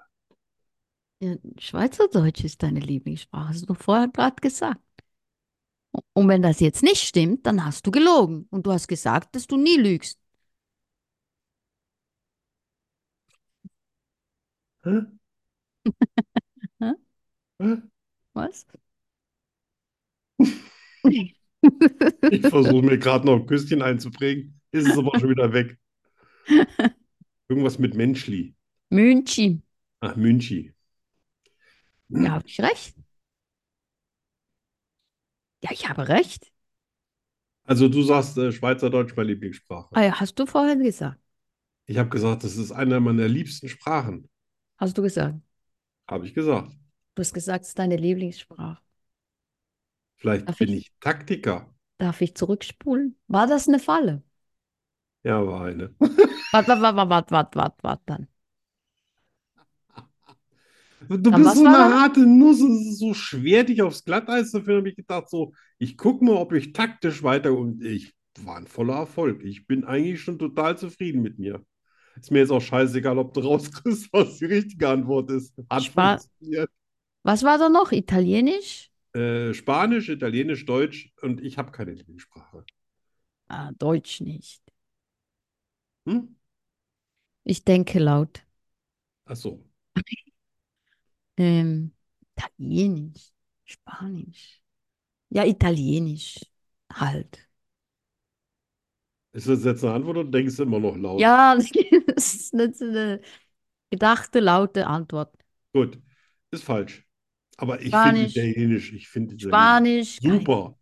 A: ja, Schweizerdeutsch ist deine Lieblingssprache, hast du doch vorher gerade gesagt. Und wenn das jetzt nicht stimmt, dann hast du gelogen. Und du hast gesagt, dass du nie lügst.
B: Hä?
A: Hä?
B: Hä?
A: Was?
B: Ich versuche mir gerade noch ein Küsschen einzuprägen. Ist es aber schon wieder weg. Irgendwas mit Menschli.
A: München.
B: Ach, Münchi.
A: Ja, habe ich recht? Ja, ich habe recht.
B: Also du sagst äh, Schweizerdeutsch meine Lieblingssprache.
A: Ah ja, hast du vorhin gesagt.
B: Ich habe gesagt, das ist einer meiner liebsten Sprachen.
A: Hast du gesagt.
B: Habe ich gesagt.
A: Du hast gesagt, es ist deine Lieblingssprache.
B: Vielleicht
A: Darf
B: bin
A: ich-
B: ich Taktiker.
A: Darf ich zurückspulen? War das eine Falle?
B: Ja, war eine.
A: Warte, warte, warte, warte, warte, warte, warte dann.
B: Du
A: Dann
B: bist
A: was
B: so
A: war
B: eine
A: das?
B: harte Nuss, es ist so schwer, dich aufs Glatteis zu führen. habe ich gedacht, so, ich gucke mal, ob ich taktisch weiter und ich war ein voller Erfolg. Ich bin eigentlich schon total zufrieden mit mir. Ist mir jetzt auch scheißegal, ob du rauskriegst, was die richtige Antwort ist. Hat
A: Spa-
B: funktioniert.
A: Was war da noch? Italienisch?
B: Äh, Spanisch, Italienisch, Deutsch und ich habe keine Lieblingssprache.
A: Ah, Deutsch nicht.
B: Hm?
A: Ich denke laut.
B: Ach so.
A: Ähm, Italienisch, Spanisch. Ja, Italienisch halt.
B: Ist das jetzt eine Antwort oder denkst du immer noch laut?
A: Ja, das ist nicht so eine gedachte, laute Antwort.
B: Gut, ist falsch. Aber ich finde
A: Spanisch.
B: Italienisch, ich finde Italienisch
A: Spanisch, kein
B: super.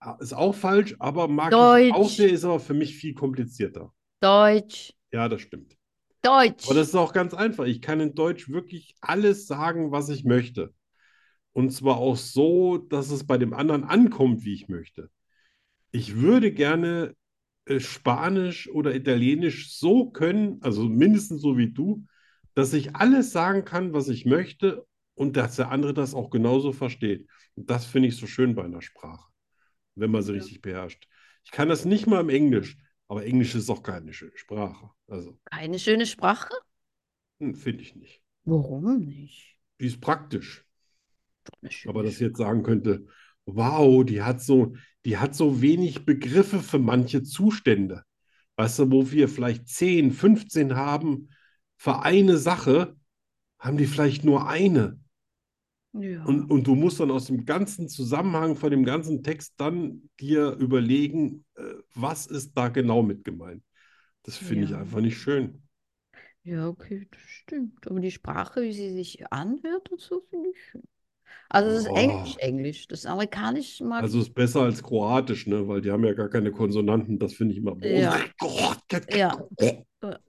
B: Ah, Ist auch falsch, aber mag ich auch
A: Deutsch,
B: sehr, ist aber für mich viel komplizierter.
A: Deutsch,
B: Ja, das stimmt. Aber
A: Deutsch.
B: das ist auch ganz einfach. Ich kann in Deutsch wirklich alles sagen, was ich möchte. Und zwar auch so, dass es bei dem anderen ankommt, wie ich möchte. Ich würde gerne äh, Spanisch oder Italienisch so können, also mindestens so wie du, dass ich alles sagen kann, was ich möchte und dass der andere das auch genauso versteht. Und das finde ich so schön bei einer Sprache, wenn man sie
A: Ja.
B: richtig beherrscht. Ich kann das nicht mal im Englisch, aber Englisch ist auch keine schöne Sprache. Also,
A: Keine schöne Sprache?
B: hm, finde ich nicht.
A: Warum nicht?
B: Die ist praktisch.
A: Doch eine
B: Aber
A: schöne
B: dass ich
A: Sprache.
B: jetzt sagen könnte, wow, die hat so, die hat so wenig Begriffe für manche Zustände. Weißt du, wo wir vielleicht 10, 15 haben für eine Sache, haben die vielleicht nur eine. Und,
A: Ja.
B: und du musst dann aus dem ganzen Zusammenhang von dem ganzen Text dann dir überlegen, äh, was ist da genau mit gemeint. Das finde ich
A: Ja.
B: einfach nicht schön.
A: Ja, okay, das stimmt. Aber die Sprache, wie sie sich anhört und so, finde ich schön. Also das ist Englisch,
B: Oh,
A: Englisch. Das Amerikanisch mag
B: also ist besser als Kroatisch, ne? Weil die haben ja gar keine Konsonanten. Das finde ich immer. Oh
A: ich. Ja, ja, äh,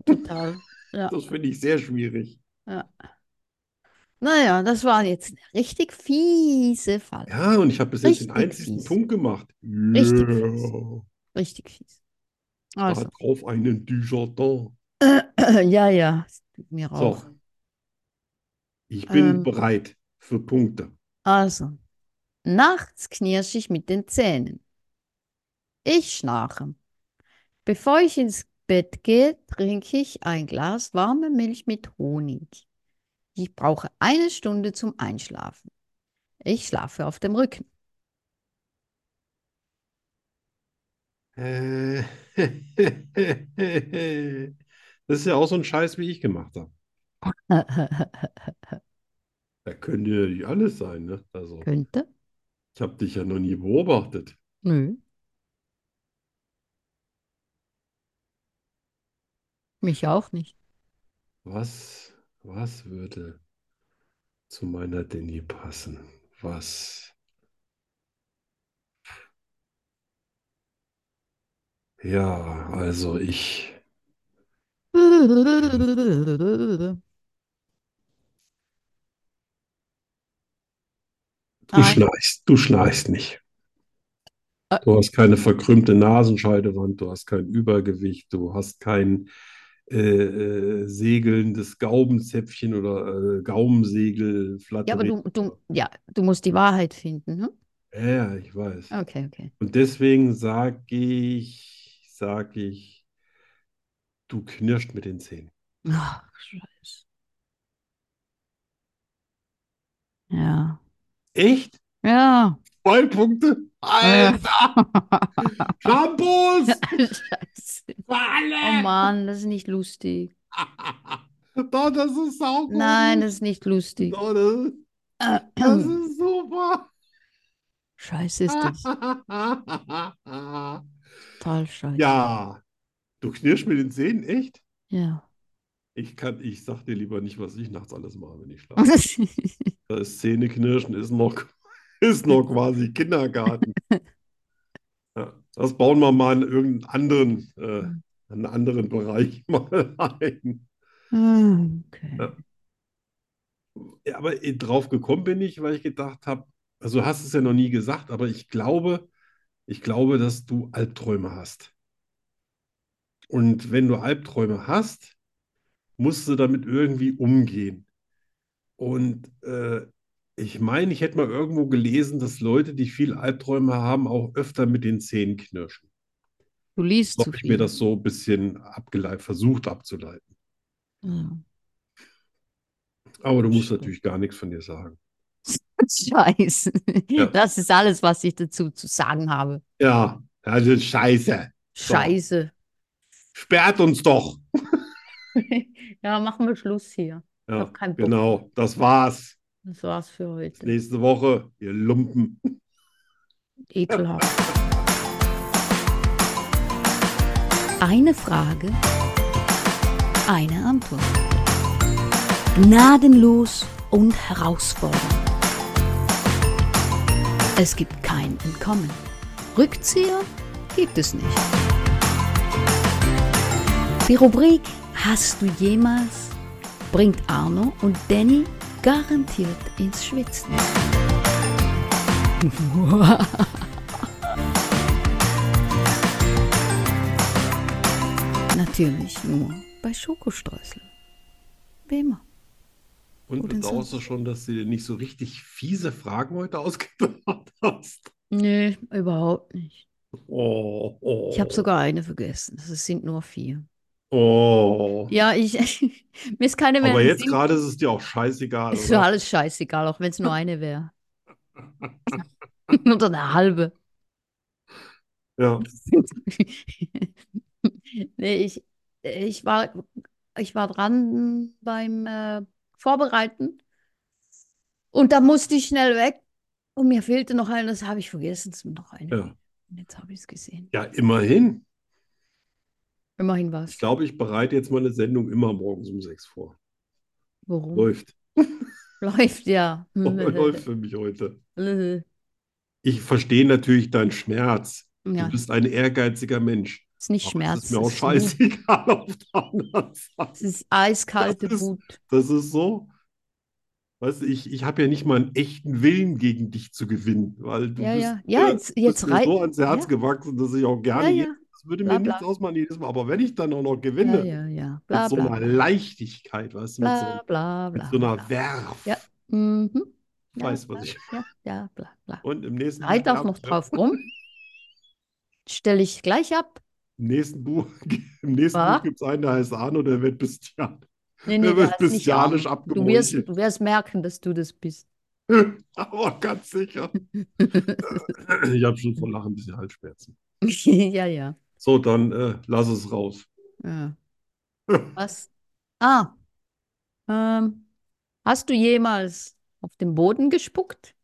A: total. Ja,
B: Das finde ich sehr schwierig.
A: ja. Naja, das war jetzt eine richtig fiese Falle.
B: Ja, und ich habe bis jetzt den
A: Richtig
B: einzigen
A: fies.
B: Punkt gemacht.
A: Richtig fies.
B: Ja,
A: Richtig fies.
B: da
A: Also.
B: drauf einen Dujardin.
A: Ja, ja, es tut mir auch.
B: So, ich bin
A: Ähm,
B: bereit für Punkte.
A: also, nachts knirsch ich mit den Zähnen. Ich schnarche. Bevor ich ins Bett gehe, trinke ich ein Glas warme Milch mit Honig. Ich brauche eine Stunde zum Einschlafen. Ich schlafe auf dem Rücken.
B: Äh, Das ist ja auch so ein Scheiß, wie ich gemacht habe. Da könnte ja nicht alles sein, ne? Also,
A: Könnte?
B: ich habe dich ja noch nie beobachtet.
A: Nö, mich auch nicht.
B: Was, was würde zu meiner Denny passen? Was? Ja, also ich. Du
A: Nein.
B: schnarchst, du schnarchst nicht.
A: Äh,
B: Du hast keine verkrümmte Nasenscheidewand, du hast kein Übergewicht, du hast kein äh, äh, segelndes Gaumenzäpfchen oder äh, Gaumensegel,
A: Ja, aber
B: Flatterich.
A: du, du, ja, du musst die Wahrheit finden. Hm?
B: Ja, ich weiß.
A: Okay, okay.
B: Und deswegen sage ich, sage ich, du knirschst mit den Zähnen.
A: Ach, Scheiße. Ja.
B: Echt?
A: Ja.
B: Zwei Punkte?
A: Äh.
B: Alter! Shampoos!
A: Scheiße.
B: Für
A: Oh Mann, das ist nicht lustig.
B: alle! Doch, das ist
A: Oh Nein,
B: saugut!
A: das ist nicht lustig.
B: Doch, das ist Das ist super.
A: Scheiße ist das. Total scheiße.
B: Ja, du knirschst mit den Zähnen, echt?
A: Ja.
B: Ich kann, ich sag dir lieber nicht, was ich nachts alles mache, wenn ich
A: Ah,
B: schlafe.
A: Ja,
B: Da ist Zähneknirschen, ist noch, ist noch quasi Kindergarten. Ja, das bauen wir mal in irgendeinen anderen, äh, einen anderen Bereich mal ein.
A: Okay.
B: Ja, Ja, aber eh, drauf gekommen bin ich, weil ich gedacht habe, also hast es ja noch nie gesagt, aber ich glaube, ich glaube, dass du Albträume hast. Und wenn du Albträume hast, musst du damit irgendwie umgehen. Und äh, ich meine, ich hätte mal irgendwo gelesen, dass Leute, die viel Albträume haben, auch öfter mit den Zähnen knirschen.
A: Du liest
B: So
A: zu
B: habe ich mir
A: viel.
B: das so ein bisschen abgeleitet, versucht abzuleiten.
A: Ja.
B: Aber du musst
A: Scheiße.
B: natürlich gar nichts von dir sagen.
A: Scheiße.
B: Ja,
A: Das ist alles, was ich dazu zu sagen habe.
B: ja, also scheiße. So,
A: Scheiße.
B: sperrt uns doch.
A: Ja, machen wir Schluss hier. Ich
B: Ja,
A: habe keinen Bock.
B: genau. Das war's.
A: Das war's für heute.
B: Nächste Woche, ihr Lumpen.
A: Ekelhaft.
C: Eine Frage, eine Antwort. Gnadenlos und herausfordernd. Es gibt kein Entkommen. Rückzieher gibt es nicht. Die Rubrik Hast du jemals bringt Arno und Danny garantiert ins Schwitzen. Natürlich nur bei Schokostreuseln. Wie immer.
B: Und
C: Gut, dann
B: jetzt
C: so-
B: auch so schon, dass du dir nicht so richtig fiese Fragen heute ausgedacht hast.
A: Nee, überhaupt nicht.
B: Oh, oh,
A: Ich habe sogar eine vergessen. Das sind nur vier.
B: Oh.
A: Ja, ich, mir ist keine mehr
B: Aber
A: in den
B: jetzt
A: Sinn
B: gerade ist es dir auch scheißegal,
A: Ist mir
B: oder?
A: alles scheißegal, auch wenn es nur eine wäre. Oder eine halbe.
B: Ja.
A: Nee, ich, ich war, ich war dran beim äh, Vorbereiten und da musste ich schnell weg und mir fehlte noch eine, das habe ich vergessen, es ist mir noch eine.
B: Ja.
A: Und jetzt habe ich es gesehen.
B: ja, immerhin.
A: Immerhin war
B: Ich
A: es.
B: glaube, ich bereite jetzt meine Sendung immer morgens um sechs vor.
A: Warum?
B: Läuft.
A: Läuft ja.
B: Läuft für mich heute.
A: Ja,
B: Ich verstehe natürlich deinen Schmerz. Du bist ein ehrgeiziger Mensch.
A: ist nicht
B: Aber
A: Schmerz.
B: Es ist mir auch
A: es ist Wut.
B: scheißegal auf der anderen Seite.
A: Es ist eiskalte
B: Das ist-
A: Wut.
B: Das ist so. Weißt du, ich, ich habe ja nicht mal einen echten Willen gegen dich zu gewinnen, weil du
A: Ja,
B: bist,
A: ja. Ja,
B: mir-
A: jetzt,
B: bist
A: jetzt
B: mir
A: rei-
B: so ans Herz
A: Ja.
B: gewachsen, dass ich auch
A: Ja, ja.
B: gerne hier, das würde
A: Bla,
B: mir
A: bla.
B: nichts ausmachen jedes Mal, aber wenn ich dann auch noch
A: Ja,
B: gewinne,
A: ja, ja. Bla,
B: mit so
A: bla,
B: einer Leichtigkeit, weißt du, mit so,
A: bla, bla,
B: mit
A: bla,
B: so einer
A: bla.
B: Werf,
A: Ja. Mhm.
B: Ich
A: Ja,
B: weiß,
A: bla,
B: was ich
A: ja, ja, bla, bla.
B: Und im nächsten
A: Reit auch
B: Buch,
A: noch drauf rum. Stelle ich gleich ab.
B: im nächsten Buch, im nächsten
A: Wa?
B: Buch gibt es einen, der heißt Arno, der wird bestialisch.
A: Nee, nee,
B: Du bist
A: das ist nicht arm.
B: bestialisch
A: Du wirst,
B: abgemolchen.
A: du wirst merken, dass du das bist.
B: Aber ganz sicher. Ich habe schon vor Lachen ein bisschen Halsschmerzen.
A: Ja, ja.
B: So, dann äh, lass es raus.
A: Ja. Was? Ah. Ähm, hast du jemals auf den Boden gespuckt?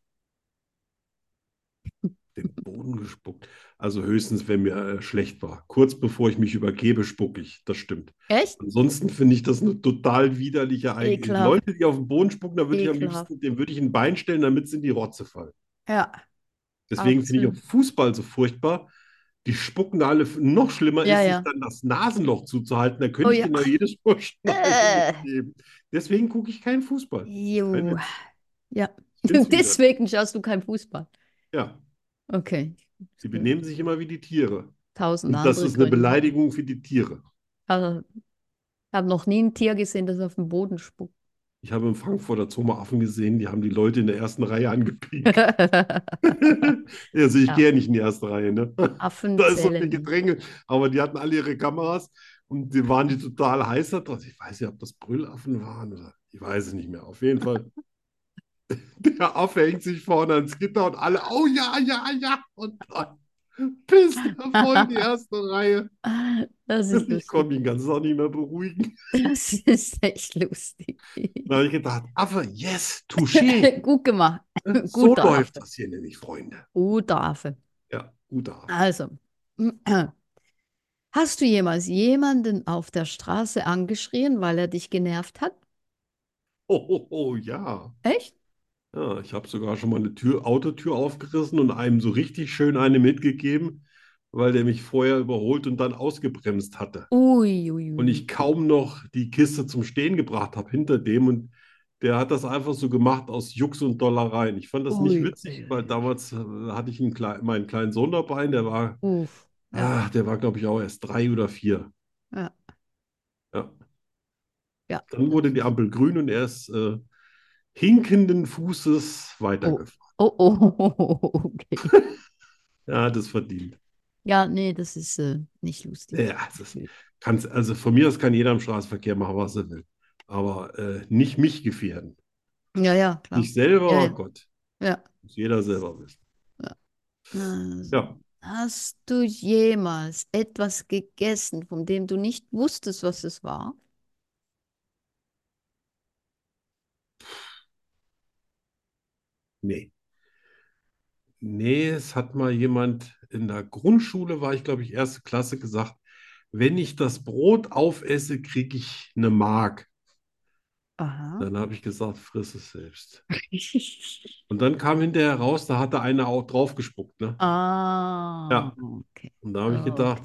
B: den Boden gespuckt. Also höchstens, wenn mir äh, schlecht war. Kurz bevor ich mich übergebe, spucke ich. Das stimmt.
A: Echt?
B: Ansonsten finde ich das eine total widerliche Eigenschaft.
A: Ekelhaft.
B: Leute, die auf den Boden spucken, da würde ich am
A: Ekelhaft.
B: liebsten, dem würde ich ein Bein stellen, damit sie in die Rotze fallen.
A: Ja.
B: Deswegen finde ich auch
A: Absolut.
B: Fußball so furchtbar. Die spucken alle f- noch schlimmer
A: Ja,
B: ist,
A: ja.
B: sich dann das Nasenloch zuzuhalten. Da könnte
A: Oh
B: ich
A: ja.
B: denen ja jedes
A: Äh.
B: Vorschneiden geben. Deswegen gucke ich keinen Fußball.
A: Jo. Ja.
B: Ich find's widerlich.
A: Deswegen schaust du kein Fußball.
B: Ja,
A: Okay.
B: sie benehmen sich immer wie die Tiere.
A: Tausend
B: Und das
A: andere
B: ist eine
A: Gründe.
B: Beleidigung für die Tiere.
A: Also, ich habe noch nie ein Tier gesehen, das auf den Boden spuckt.
B: Ich habe im Frankfurter Zoo mal Affen gesehen, die haben die Leute in der ersten Reihe angepiekt.
A: Affenzellen.
B: Also ich
A: Ja.
B: gehe ja nicht in die erste Reihe, ne? Da ist so viel Gedränge, aber die hatten alle ihre Kameras und die waren die total heiß da drauf. Ich weiß nicht, ob das Brüllaffen waren oder ich weiß es nicht mehr. Auf jeden Fall. Der Affe hängt sich vorne ans Gitter und alle, oh ja, ja, ja. Und dann pisst er voll in die erste Reihe.
A: Ah, Das ist
B: Ich
A: lustig.
B: konnte ihn ganz auch nicht mehr beruhigen.
A: Das ist echt lustig.
B: Da habe ich gedacht, Affe, yes, touché.
A: Gut gemacht.
B: So
A: Guter
B: läuft
A: Hm, Affe.
B: das hier nämlich, Freunde.
A: Guter Affe.
B: Ja, guter Affe.
A: Also, hast du jemals jemanden auf der Straße angeschrien, weil er dich genervt hat?
B: Oh, oh, oh, ja.
A: Echt?
B: Ja, ich habe sogar schon mal eine Tür, Autotür aufgerissen und einem so richtig schön eine mitgegeben, weil der mich vorher überholt und dann ausgebremst hatte.
A: Ui, ui,
B: Und ich
A: ui.
B: kaum noch die Kiste zum Stehen gebracht habe hinter dem und der hat das einfach so gemacht aus Jux und Dollereien. Ich fand das nicht
A: Ui,
B: witzig,
A: ui,
B: weil
A: ui.
B: damals äh, hatte ich einen klei- meinen kleinen Sohn dabei, der war,
A: Uff. Ja,
B: ah, der war, glaube ich, auch erst drei oder vier.
A: ja,
B: Ja.
A: ja.
B: Dann wurde die Ampel grün und er ist äh, hinkenden Fußes weitergefahren.
A: Oh, oh, oh, oh, oh, okay. Oh.
B: Ja, das verdient.
A: Ja, nee, das ist äh, nicht lustig.
B: Ja, das ist, kann's, also von mir aus kann jeder im Straßenverkehr machen, was er will. Aber äh, nicht mich gefährden.
A: Ja, ja, klar.
B: Ich selber,
A: Ja, ja.
B: oh Gott,
A: Ja.
B: muss jeder selber wissen.
A: Also,
B: Ja,
A: Hast du jemals etwas gegessen, von dem du nicht wusstest, was es war?
B: Nee. Nee, es hat mal jemand in der Grundschule, war ich glaube ich erste Klasse, gesagt, wenn ich das Brot aufesse, kriege ich eine Mark.
A: Aha.
B: Dann habe ich gesagt, friss es selbst. Und dann kam hinterher raus, da hatte einer auch draufgespuckt, ne?
A: Ah,
B: Ja.
A: okay.
B: Und da habe ich
A: Oh.
B: gedacht,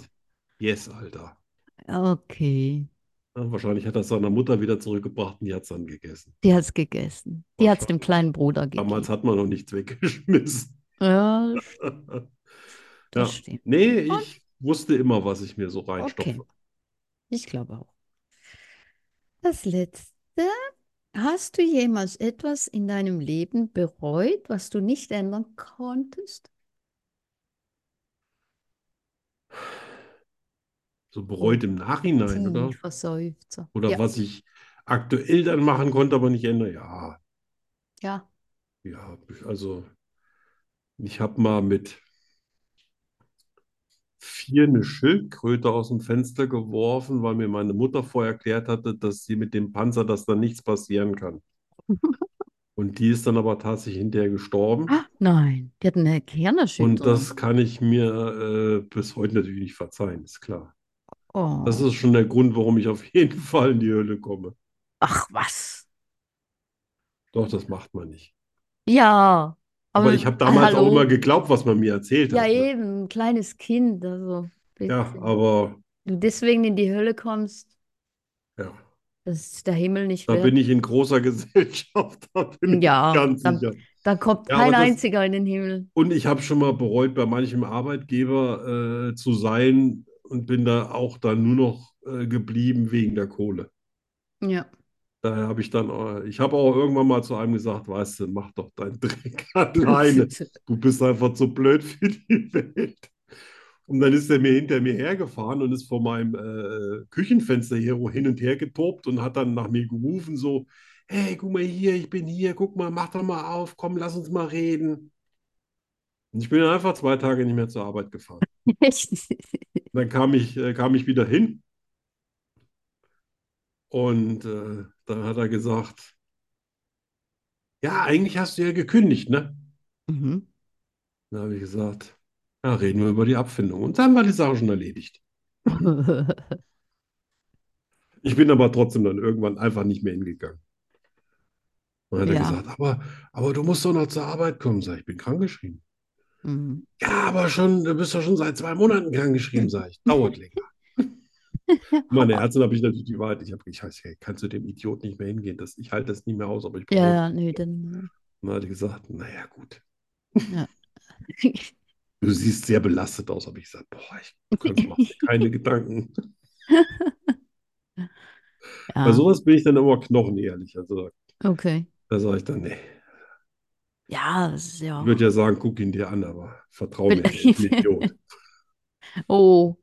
B: yes, Alter.
A: Okay.
B: Ja, wahrscheinlich hat das seiner Mutter wieder zurückgebracht und die hat es dann gegessen.
A: Die hat es gegessen. Die hat es dem
B: Wahrscheinlich.
A: kleinen Bruder gegeben.
B: Damals hat man noch nichts weggeschmissen.
A: Ja,
B: Ja.
A: das stimmt.
B: Nee,
A: Und-
B: ich wusste immer, was ich mir so reinstopfe.
A: Ich glaube auch. Das letzte. Hast du jemals etwas in deinem Leben bereut, was du nicht ändern konntest?
B: So bereut im
C: Hm.
B: Nachhinein, oder?
A: Tief versäuft. so.
B: Oder
A: Ja,
B: was ich aktuell dann machen konnte, aber nicht ändern. Ja,
A: ja.
B: ja, also ich habe mal mit vier eine Schildkröte aus dem Fenster geworfen, weil mir meine Mutter vorher erklärt hatte, dass sie mit dem Panzer, dass da nichts passieren kann. Und die ist dann aber tatsächlich hinterher gestorben.
A: Ah, nein, die hat eine Gehirnerschütterung.
B: Und das kann ich mir äh, bis heute natürlich nicht verzeihen, ist klar.
A: Oh.
B: Das ist schon der Grund, warum ich auf jeden Fall in die Hölle komme.
A: Ach was.
B: Doch, das macht man nicht.
A: Ja.
B: Aber ich habe damals auch
A: hallo.
B: immer geglaubt, was man mir erzählt
A: Ja, eh.
B: hat. ne?
A: eben, ein kleines Kind. Also,
B: Ja,
A: bitte.
B: aber
A: Du deswegen in die Hölle kommst,
B: ja,
A: das ist der Himmel nicht
B: da
A: wert.
B: bin ich in großer Gesellschaft, da bin ich
A: Ja,
B: ganz
A: dann-
B: sicher.
A: Da kommt
B: Ja,
A: kein
B: aber das-
A: einziger in den Himmel.
B: Und ich habe schon mal bereut, bei manchem Arbeitgeber äh, zu sein und bin da auch dann nur noch äh, geblieben wegen der Kohle.
A: Ja.
B: Daher habe ich dann, äh, ich habe auch irgendwann mal zu einem gesagt, weißt du, mach doch deinen Dreck alleine. Du bist einfach zu blöd für die Welt. Und dann ist er mir hinter mir hergefahren und ist vor meinem äh, Küchenfenster hier hin und her getobt und hat dann nach mir gerufen, so, hey, guck mal hier, ich bin hier, guck mal, mach doch mal auf, komm, lass uns mal reden. Und ich bin dann einfach zwei Tage nicht mehr zur Arbeit gefahren.
A: Echt?
B: Dann kam ich, äh, kam ich wieder hin und äh, dann hat er gesagt, ja, eigentlich hast du ja gekündigt, ne?
A: Mhm.
B: Dann habe ich gesagt, ja, reden wir über die Abfindung. Und dann war die Sache schon erledigt. Ich bin aber trotzdem dann irgendwann einfach nicht mehr hingegangen. Dann hat er
A: Ja.
B: gesagt, aber, aber du musst doch noch zur Arbeit kommen. Sag ich, ich bin krankgeschrieben.
A: Mhm.
B: Ja, aber schon, du bist doch schon seit zwei Monaten krankgeschrieben, sag ich. Dauert länger. Meine Ärztin habe ich natürlich die Wahrheit. Ich habe gesagt, hey, kannst du dem Idiot nicht mehr hingehen? Das, ich halte das nicht mehr aus, aber ich brauche.
A: Ja, ja, nee, dann.
B: Dann hat er gesagt, naja, gut.
A: äh,
B: Du siehst sehr belastet aus, habe ich gesagt, boah, ich könnte mir keine Gedanken. Bei
A: Ja,
B: sowas bin ich dann immer knochenehrlich. Also
A: okay.
B: da sage ich dann, nee.
A: Ja, das ist ja
B: Ich
A: auch.
B: würde ja sagen, guck ihn dir an, aber vertrau mir,
A: Vielleicht.
B: ich bin Idiot.
A: Oh,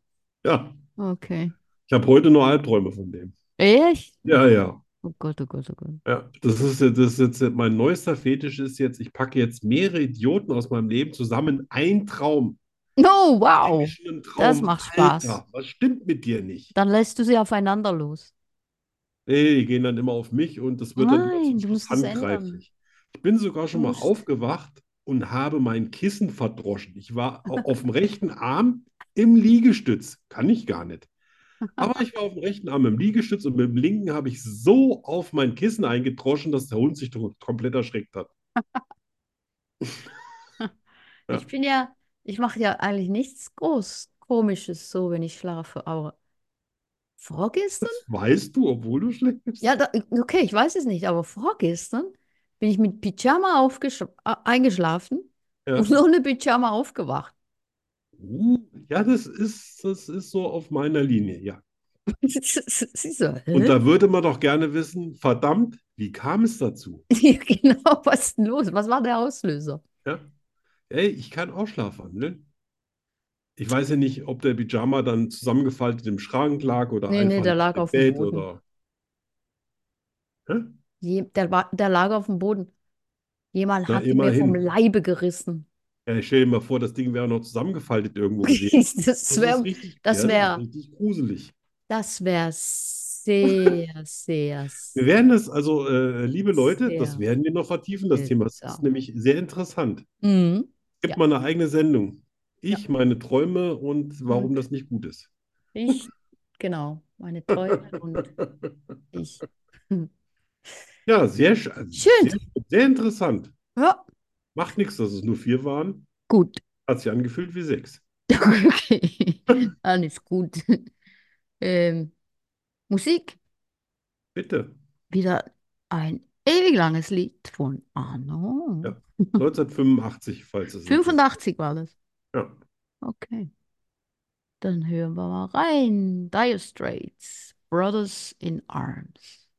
B: Ja,
A: okay.
B: ich habe heute nur Albträume von dem.
A: Echt?
B: Ja, ja,
A: Oh Gott, oh Gott, oh Gott.
B: ja. Das ist, jetzt- das ist jetzt mein neuester Fetisch ist jetzt, ich packe jetzt mehrere Idioten aus meinem Leben zusammen in einen Traum.
A: No, wow.
B: Einen Traum.
A: das macht Spaß.
B: Alter, was stimmt mit dir nicht?
A: Dann lässt du sie aufeinander los.
B: Nee, die gehen dann immer auf mich und das wird dann
A: Nein,
B: immer zum
A: du musst
B: Schluss
A: es ändern.
B: handgreiflich. Ich bin sogar schon
A: Du
B: mal
A: musst-
B: aufgewacht und habe mein Kissen verdroschen. Ich war au- auf dem rechten Arm im Liegestütz. Kann ich gar nicht. Aber ich war auf dem rechten Arm im Liegestütz und mit dem linken habe ich so auf mein Kissen eingedroschen, dass der Hund sich dr- komplett erschreckt hat. Ja.
A: Ich bin ja, ich mache ja eigentlich nichts groß Komisches so, wenn ich schlafe, aber vorgestern?
B: Das weißt du, obwohl du schläfst.
A: Ja, da, okay, ich weiß es nicht, aber vorgestern bin ich mit Pyjama aufgesch- äh, eingeschlafen
B: Ja.
A: und ohne Pyjama aufgewacht.
B: Uh, ja, das ist, das ist so auf meiner Linie, ja.
A: Sie so,
B: Und
A: hä?
B: da würde man doch gerne wissen, verdammt, wie kam es dazu?
A: Ja, genau, was ist denn los? Was war der Auslöser?
B: Ja. Ey, ich kann auch schlafwandeln. Ich weiß ja nicht, ob der Pyjama dann zusammengefaltet im Schrank lag oder
A: Nee, nee,
B: einfach
A: der
B: im
A: lag auf dem
B: Bett
A: Boden.
B: oder. Hä?
A: Je, der, war, der lag auf dem Boden. Jemand
B: Na,
A: hat ihn mir vom
B: immerhin.
A: Leibe gerissen.
B: Ja, ich stell dir mal vor, das Ding wäre noch zusammengefaltet irgendwo gewesen.
A: Das
B: Das
A: wäre
B: ist richtig,
A: das
B: ja, das ist
A: wär-
B: richtig gruselig.
A: Das wär's. Sehr, sehr,
B: Wir werden das, also äh, liebe Leute,
A: Sehr.
B: das werden wir noch vertiefen, das Thema. Es
A: Genau.
B: ist nämlich sehr interessant.
A: Mhm.
B: Gibt
A: Ja.
B: mal eine eigene Sendung. Ich, meine Träume und warum das nicht gut ist.
A: Ich, genau, meine Träume und ich.
B: Ja, sehr, sch- also
A: Schön.
B: Sehr, sehr interessant.
A: Ja,
B: Macht nichts, dass es nur vier waren.
A: gut.
B: Hat sich angefühlt wie sechs.
A: Okay. Alles gut. Ähm, Musik.
B: Bitte.
A: Wieder ein ewig langes Lied von Arno.
B: Ja. 1985, falls es
A: 85 war das.
B: Ja.
A: Okay. Dann hören wir mal rein. Dire Straits, Brothers in Arms.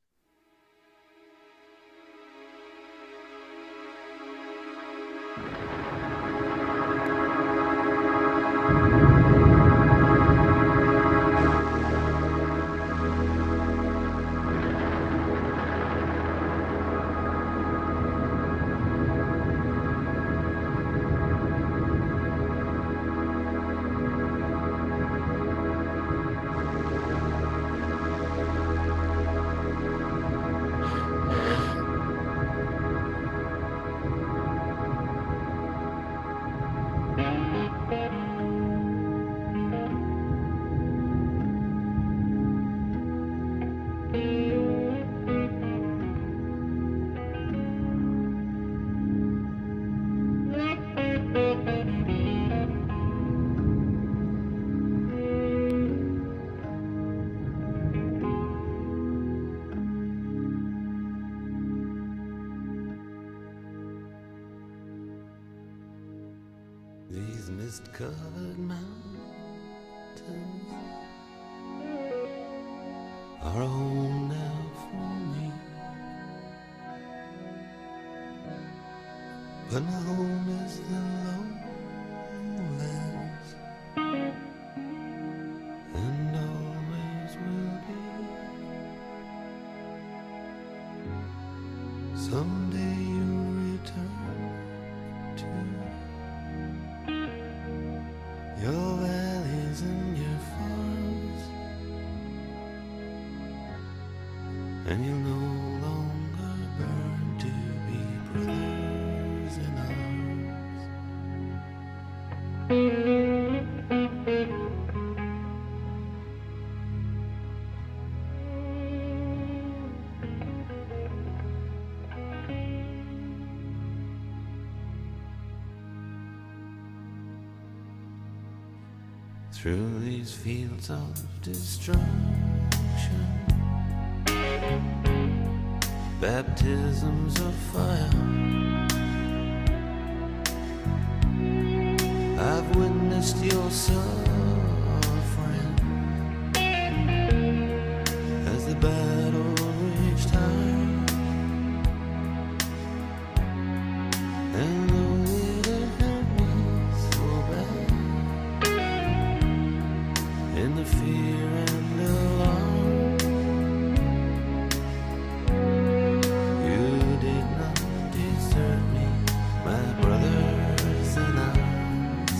D: These mist covered mountains are home now for me. But my home is the lowlands and always will be. Someday you'll return to. Your valleys and your farms, and you'll no longer burn to be brothers in arms. through these fields of destruction. Baptisms of fire. I've witnessed your suffering as the battle reached high. And the weight of heaven so bad in the fear and alarm. You did not desert me, my brothers and arms.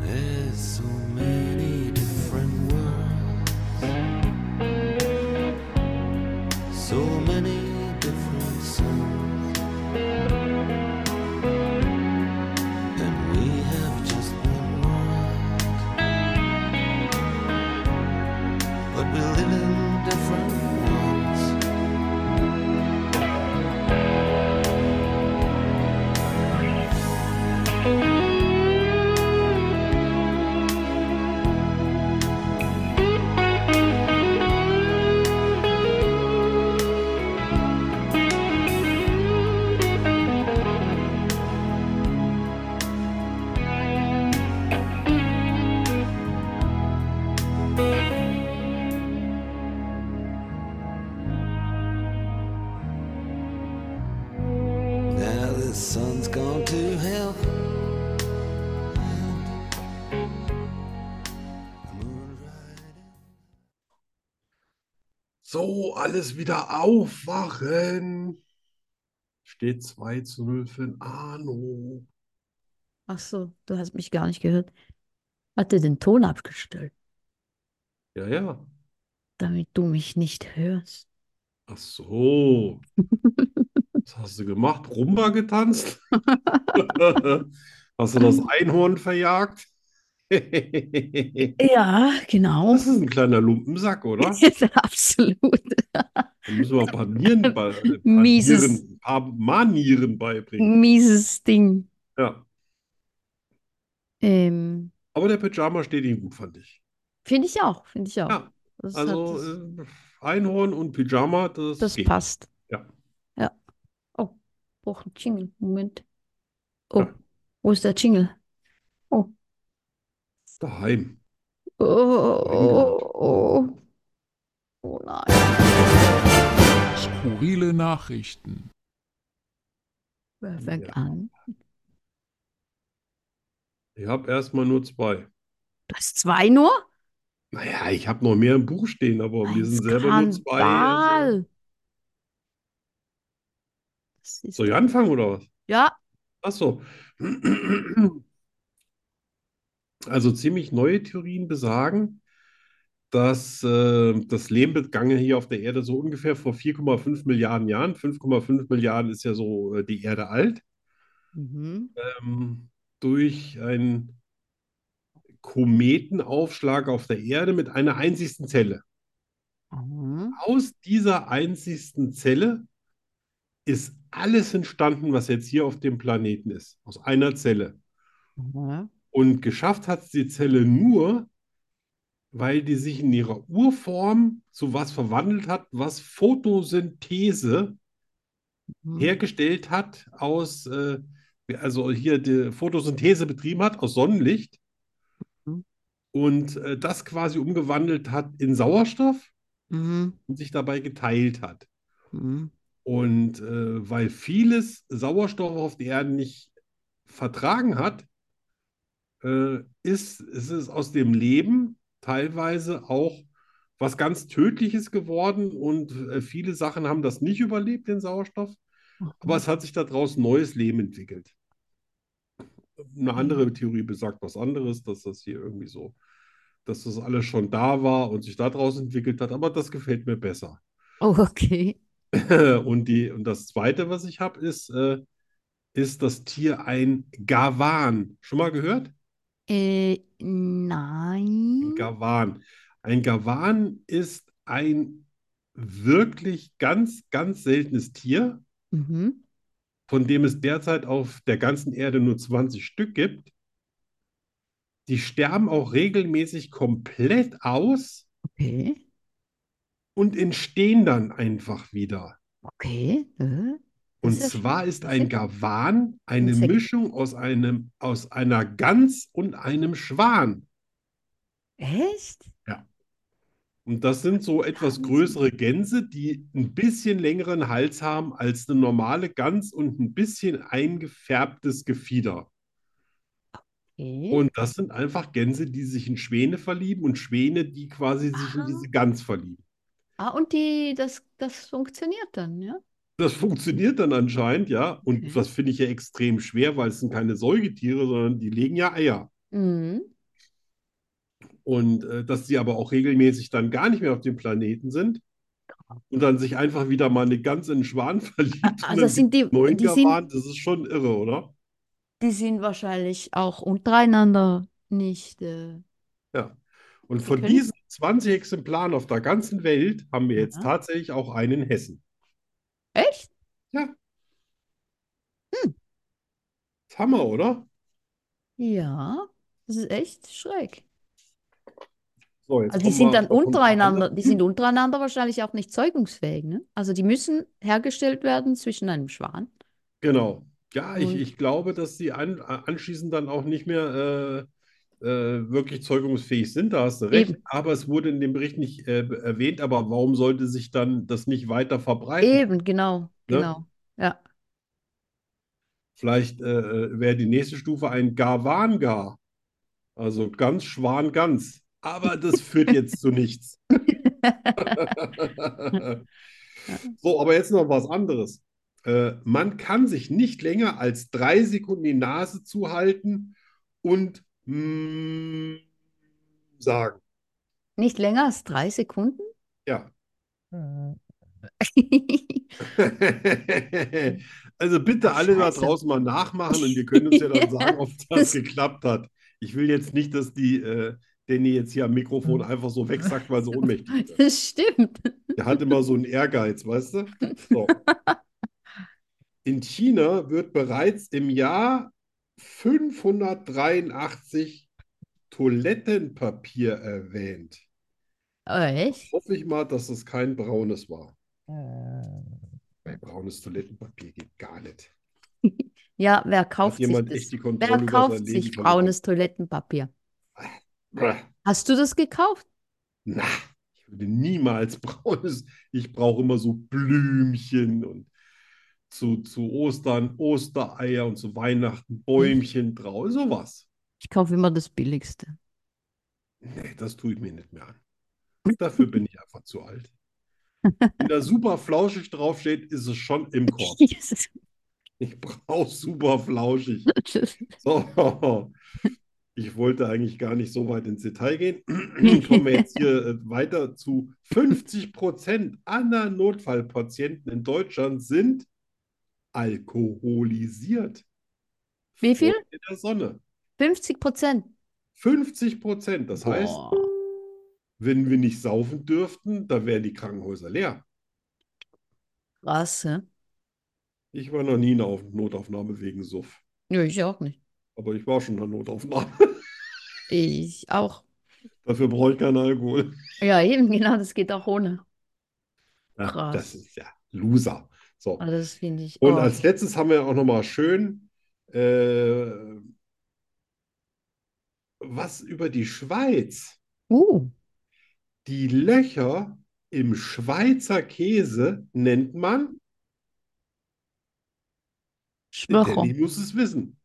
D: There's so many different worlds, so many different suns, and we have just one world. But we live in different ones. Now the sun's gone to hell. And the moon riding.
B: So, alles wieder aufwachen. Steht 2 zu 0 für den Arno.
A: Ach so, du hast mich gar nicht gehört. Hat er den Ton abgestellt,
B: Ja, ja.
A: damit du mich nicht hörst?
B: Ach so. Was hast du gemacht? Rumba getanzt? Hast du das Einhorn verjagt? Das
A: Ja, genau.
B: ist ein kleiner Lumpensack, oder?
A: Absolut.
B: Da müssen wir ein paar Nieren bei, ein paar
A: Mieses.
B: Nieren, ein paar Manieren beibringen.
A: Mieses Ding.
B: Ja.
A: Ähm,
B: Aber der Pyjama steht ihm gut, fand ich.
A: finde ich auch, finde ich auch.
B: Ja,
A: Das hat
B: Also
A: das,
B: äh, Einhorn und Pyjama, das
A: das
B: geht.
A: passt.
B: Ja.
A: Ja. Oh, braucht einen Jingle. Moment. Oh,
B: Ja.
A: wo ist der Jingle?
B: Daheim.
A: Oh, oh,
B: Jingle.
A: oh, oh. Oh nein.
E: Skurrile Nachrichten.
A: Wer fängt
B: Ja.
A: an?
B: Ich habe erstmal nur zwei.
A: Du hast zwei nur?
B: Naja, ich habe noch mehr im Buch stehen, aber wir sind selber nur zwei. Also.
A: Skandal. Das ist
B: Soll ich anfangen oder was?
A: ja,
B: Ach so. Also ziemlich neue Theorien besagen, dass äh, das Lehmbegange hier auf der Erde so ungefähr vor 4,5 Milliarden Jahren, 5,5 Milliarden ist ja so äh, die Erde alt,
A: mhm.
B: ähm, durch einen Kometenaufschlag auf der Erde mit einer einzigsten Zelle.
A: Mhm.
B: Aus dieser einzigsten Zelle ist alles entstanden, was jetzt hier auf dem Planeten ist, aus einer Zelle.
A: Mhm.
B: Und geschafft hat es die Zelle nur, weil die sich in ihrer Urform zu was verwandelt hat, was Photosynthese hergestellt hat aus, äh, also hier die Photosynthese betrieben hat aus Sonnenlicht
A: Mhm.
B: und äh, das quasi umgewandelt hat in Sauerstoff
A: Mhm.
B: und sich dabei geteilt hat.
A: Mhm.
B: Und äh, weil vieles Sauerstoff auf der Erde nicht vertragen hat, äh, ist, ist es aus dem Leben teilweise auch was ganz Tödliches geworden und äh, viele Sachen haben das nicht überlebt, den Sauerstoff, aber es hat sich daraus neues Leben entwickelt. Eine andere Theorie besagt was anderes, dass das hier irgendwie so, dass das alles schon da war und sich daraus entwickelt hat, aber das gefällt mir besser.
A: Oh, okay.
B: Und die, und das Zweite, was ich habe, ist, äh, ist das Tier ein Gavan. Schon mal gehört?
A: Äh, nein. Mhm.
B: Ein Gavan. Ein Gavan ist ein wirklich ganz, ganz seltenes Tier,
A: Mhm.
B: von dem es derzeit auf der ganzen Erde nur 20 Stück gibt. Die sterben auch regelmäßig komplett aus
A: Okay.
B: und entstehen dann einfach wieder.
A: Okay. Äh.
B: Und
A: Das ist ja
B: zwar ist ein
A: Insekt-
B: Gavan eine
A: Insekt.
B: Mischung aus einem, aus einer Gans und einem Schwan.
A: Echt?
B: Und das sind so etwas
A: Wahnsinn.
B: größere Gänse, die ein bisschen längeren Hals haben als eine normale Gans und ein bisschen eingefärbtes Gefieder.
A: Okay.
B: Und das sind einfach Gänse, die sich in Schwäne verlieben und Schwäne, die quasi sich in
A: Ah.
B: diese Gans verlieben.
A: Ah, und die, das, das funktioniert dann, ja?
B: Das funktioniert dann anscheinend, ja. Und
A: Okay.
B: das finde ich ja extrem schwer, weil es sind keine Säugetiere, sondern die legen ja Eier.
A: Mhm.
B: Und äh, dass sie aber auch regelmäßig dann gar nicht mehr auf dem Planeten sind und dann sich einfach wieder mal eine Gans in einen Schwan verliebt. und
A: Also
B: dann
A: das sind die,
B: neuen
A: die sind,
B: Gavan, das ist schon irre, oder?
A: die sind wahrscheinlich auch untereinander nicht. Äh,
B: Ja. Und
A: Die
B: von
A: können-
B: diesen 20 Exemplaren auf der ganzen Welt haben wir jetzt
A: Ja.
B: tatsächlich auch einen in Hessen.
A: echt?
B: Ist Hammer, oder?
A: Ja, das ist echt schräg.
B: So, jetzt
A: Also die
B: kommen
A: sind
B: wir
A: dann
B: noch ein paar
A: untereinander,
B: andere.
A: die sind untereinander wahrscheinlich auch nicht zeugungsfähig, ne? Also die müssen hergestellt werden zwischen einem Schwan.
B: Genau. Ja, ich,
A: Und-
B: ich glaube, dass sie an, anschließend dann auch nicht mehr äh, äh, wirklich zeugungsfähig sind, da hast du recht.
A: Eben.
B: Aber es wurde in dem Bericht nicht äh, erwähnt, aber warum sollte sich dann das nicht weiter verbreiten?
A: Eben,
B: Ne?
A: genau, genau. Ja.
B: Vielleicht äh, wäre die nächste Stufe ein Garwanga. Also ganz Schwan, ganz. Aber das führt jetzt zu nichts. So, aber jetzt noch was anderes. Äh, man kann sich nicht länger als drei Sekunden die Nase zuhalten und mm, sagen.
A: Nicht länger als drei Sekunden?
B: Ja. Also bitte alle da
A: Scheiße.
B: draußen mal nachmachen und wir können uns ja dann sagen, ob das geklappt hat. Ich will jetzt nicht, dass die äh, Danny jetzt hier am Mikrofon einfach so wegsackt, weil sie ohnmächtig ist.
A: Das stimmt.
B: Der hat immer so einen Ehrgeiz, weißt du? So. In China wird bereits im Jahr 583 Toilettenpapier erwähnt.
A: Oh, echt?
B: Hoffe ich mal, dass es kein braunes war. Bei braunes Toilettenpapier geht gar nicht.
A: Ja, wer
B: Hat
A: kauft sich
B: jemand
A: das?
B: echt die Kontrolle
A: Wer
B: über
A: kauft
B: sein
A: sich
B: Leben
A: braunes Toilettenpapier?
B: verloren?
A: Hast du das gekauft?
B: Na, ich würde niemals braunes. Ich brauche immer so Blümchen und zu, zu Ostern Ostereier und zu Weihnachten
A: Hm.
B: Bäumchen drauf, sowas.
A: Ich kaufe immer das Billigste.
B: Nee, das tue ich mir nicht mehr an. Dafür bin ich einfach zu alt. Wenn da super flauschig draufsteht, ist es schon im Korb.
A: Jesus.
B: Ich brauche super flauschig. So, ich wollte eigentlich gar nicht so weit ins Detail gehen. Kommen wir jetzt hier äh, weiter zu 50 Prozent aller Notfallpatienten in Deutschland sind alkoholisiert.
A: Wie viel?
B: Vor der Sonne.
A: 50 Prozent.
B: 50 Prozent. Das heißt, wenn wir nicht saufen dürften, dann wären die Krankenhäuser leer.
A: krass, hä?
B: Ich war noch nie in der Auf- Notaufnahme wegen Suff,
A: Ja, ich auch nicht.
B: aber ich war schon in der Notaufnahme.
A: Ich auch.
B: Dafür brauche ich keinen Alkohol.
A: Ja, eben, genau, das geht auch ohne.
B: Ja,
A: Krass.
B: das ist ja Loser. So.
A: Aber das finde ich.
B: Und
A: oh.
B: als letztes haben wir auch nochmal schön, äh, was über die Schweiz.
A: Uh,
B: Die Löcher im Schweizer Käse nennt man, der
A: Schwöcher.
B: Danny muss es wissen.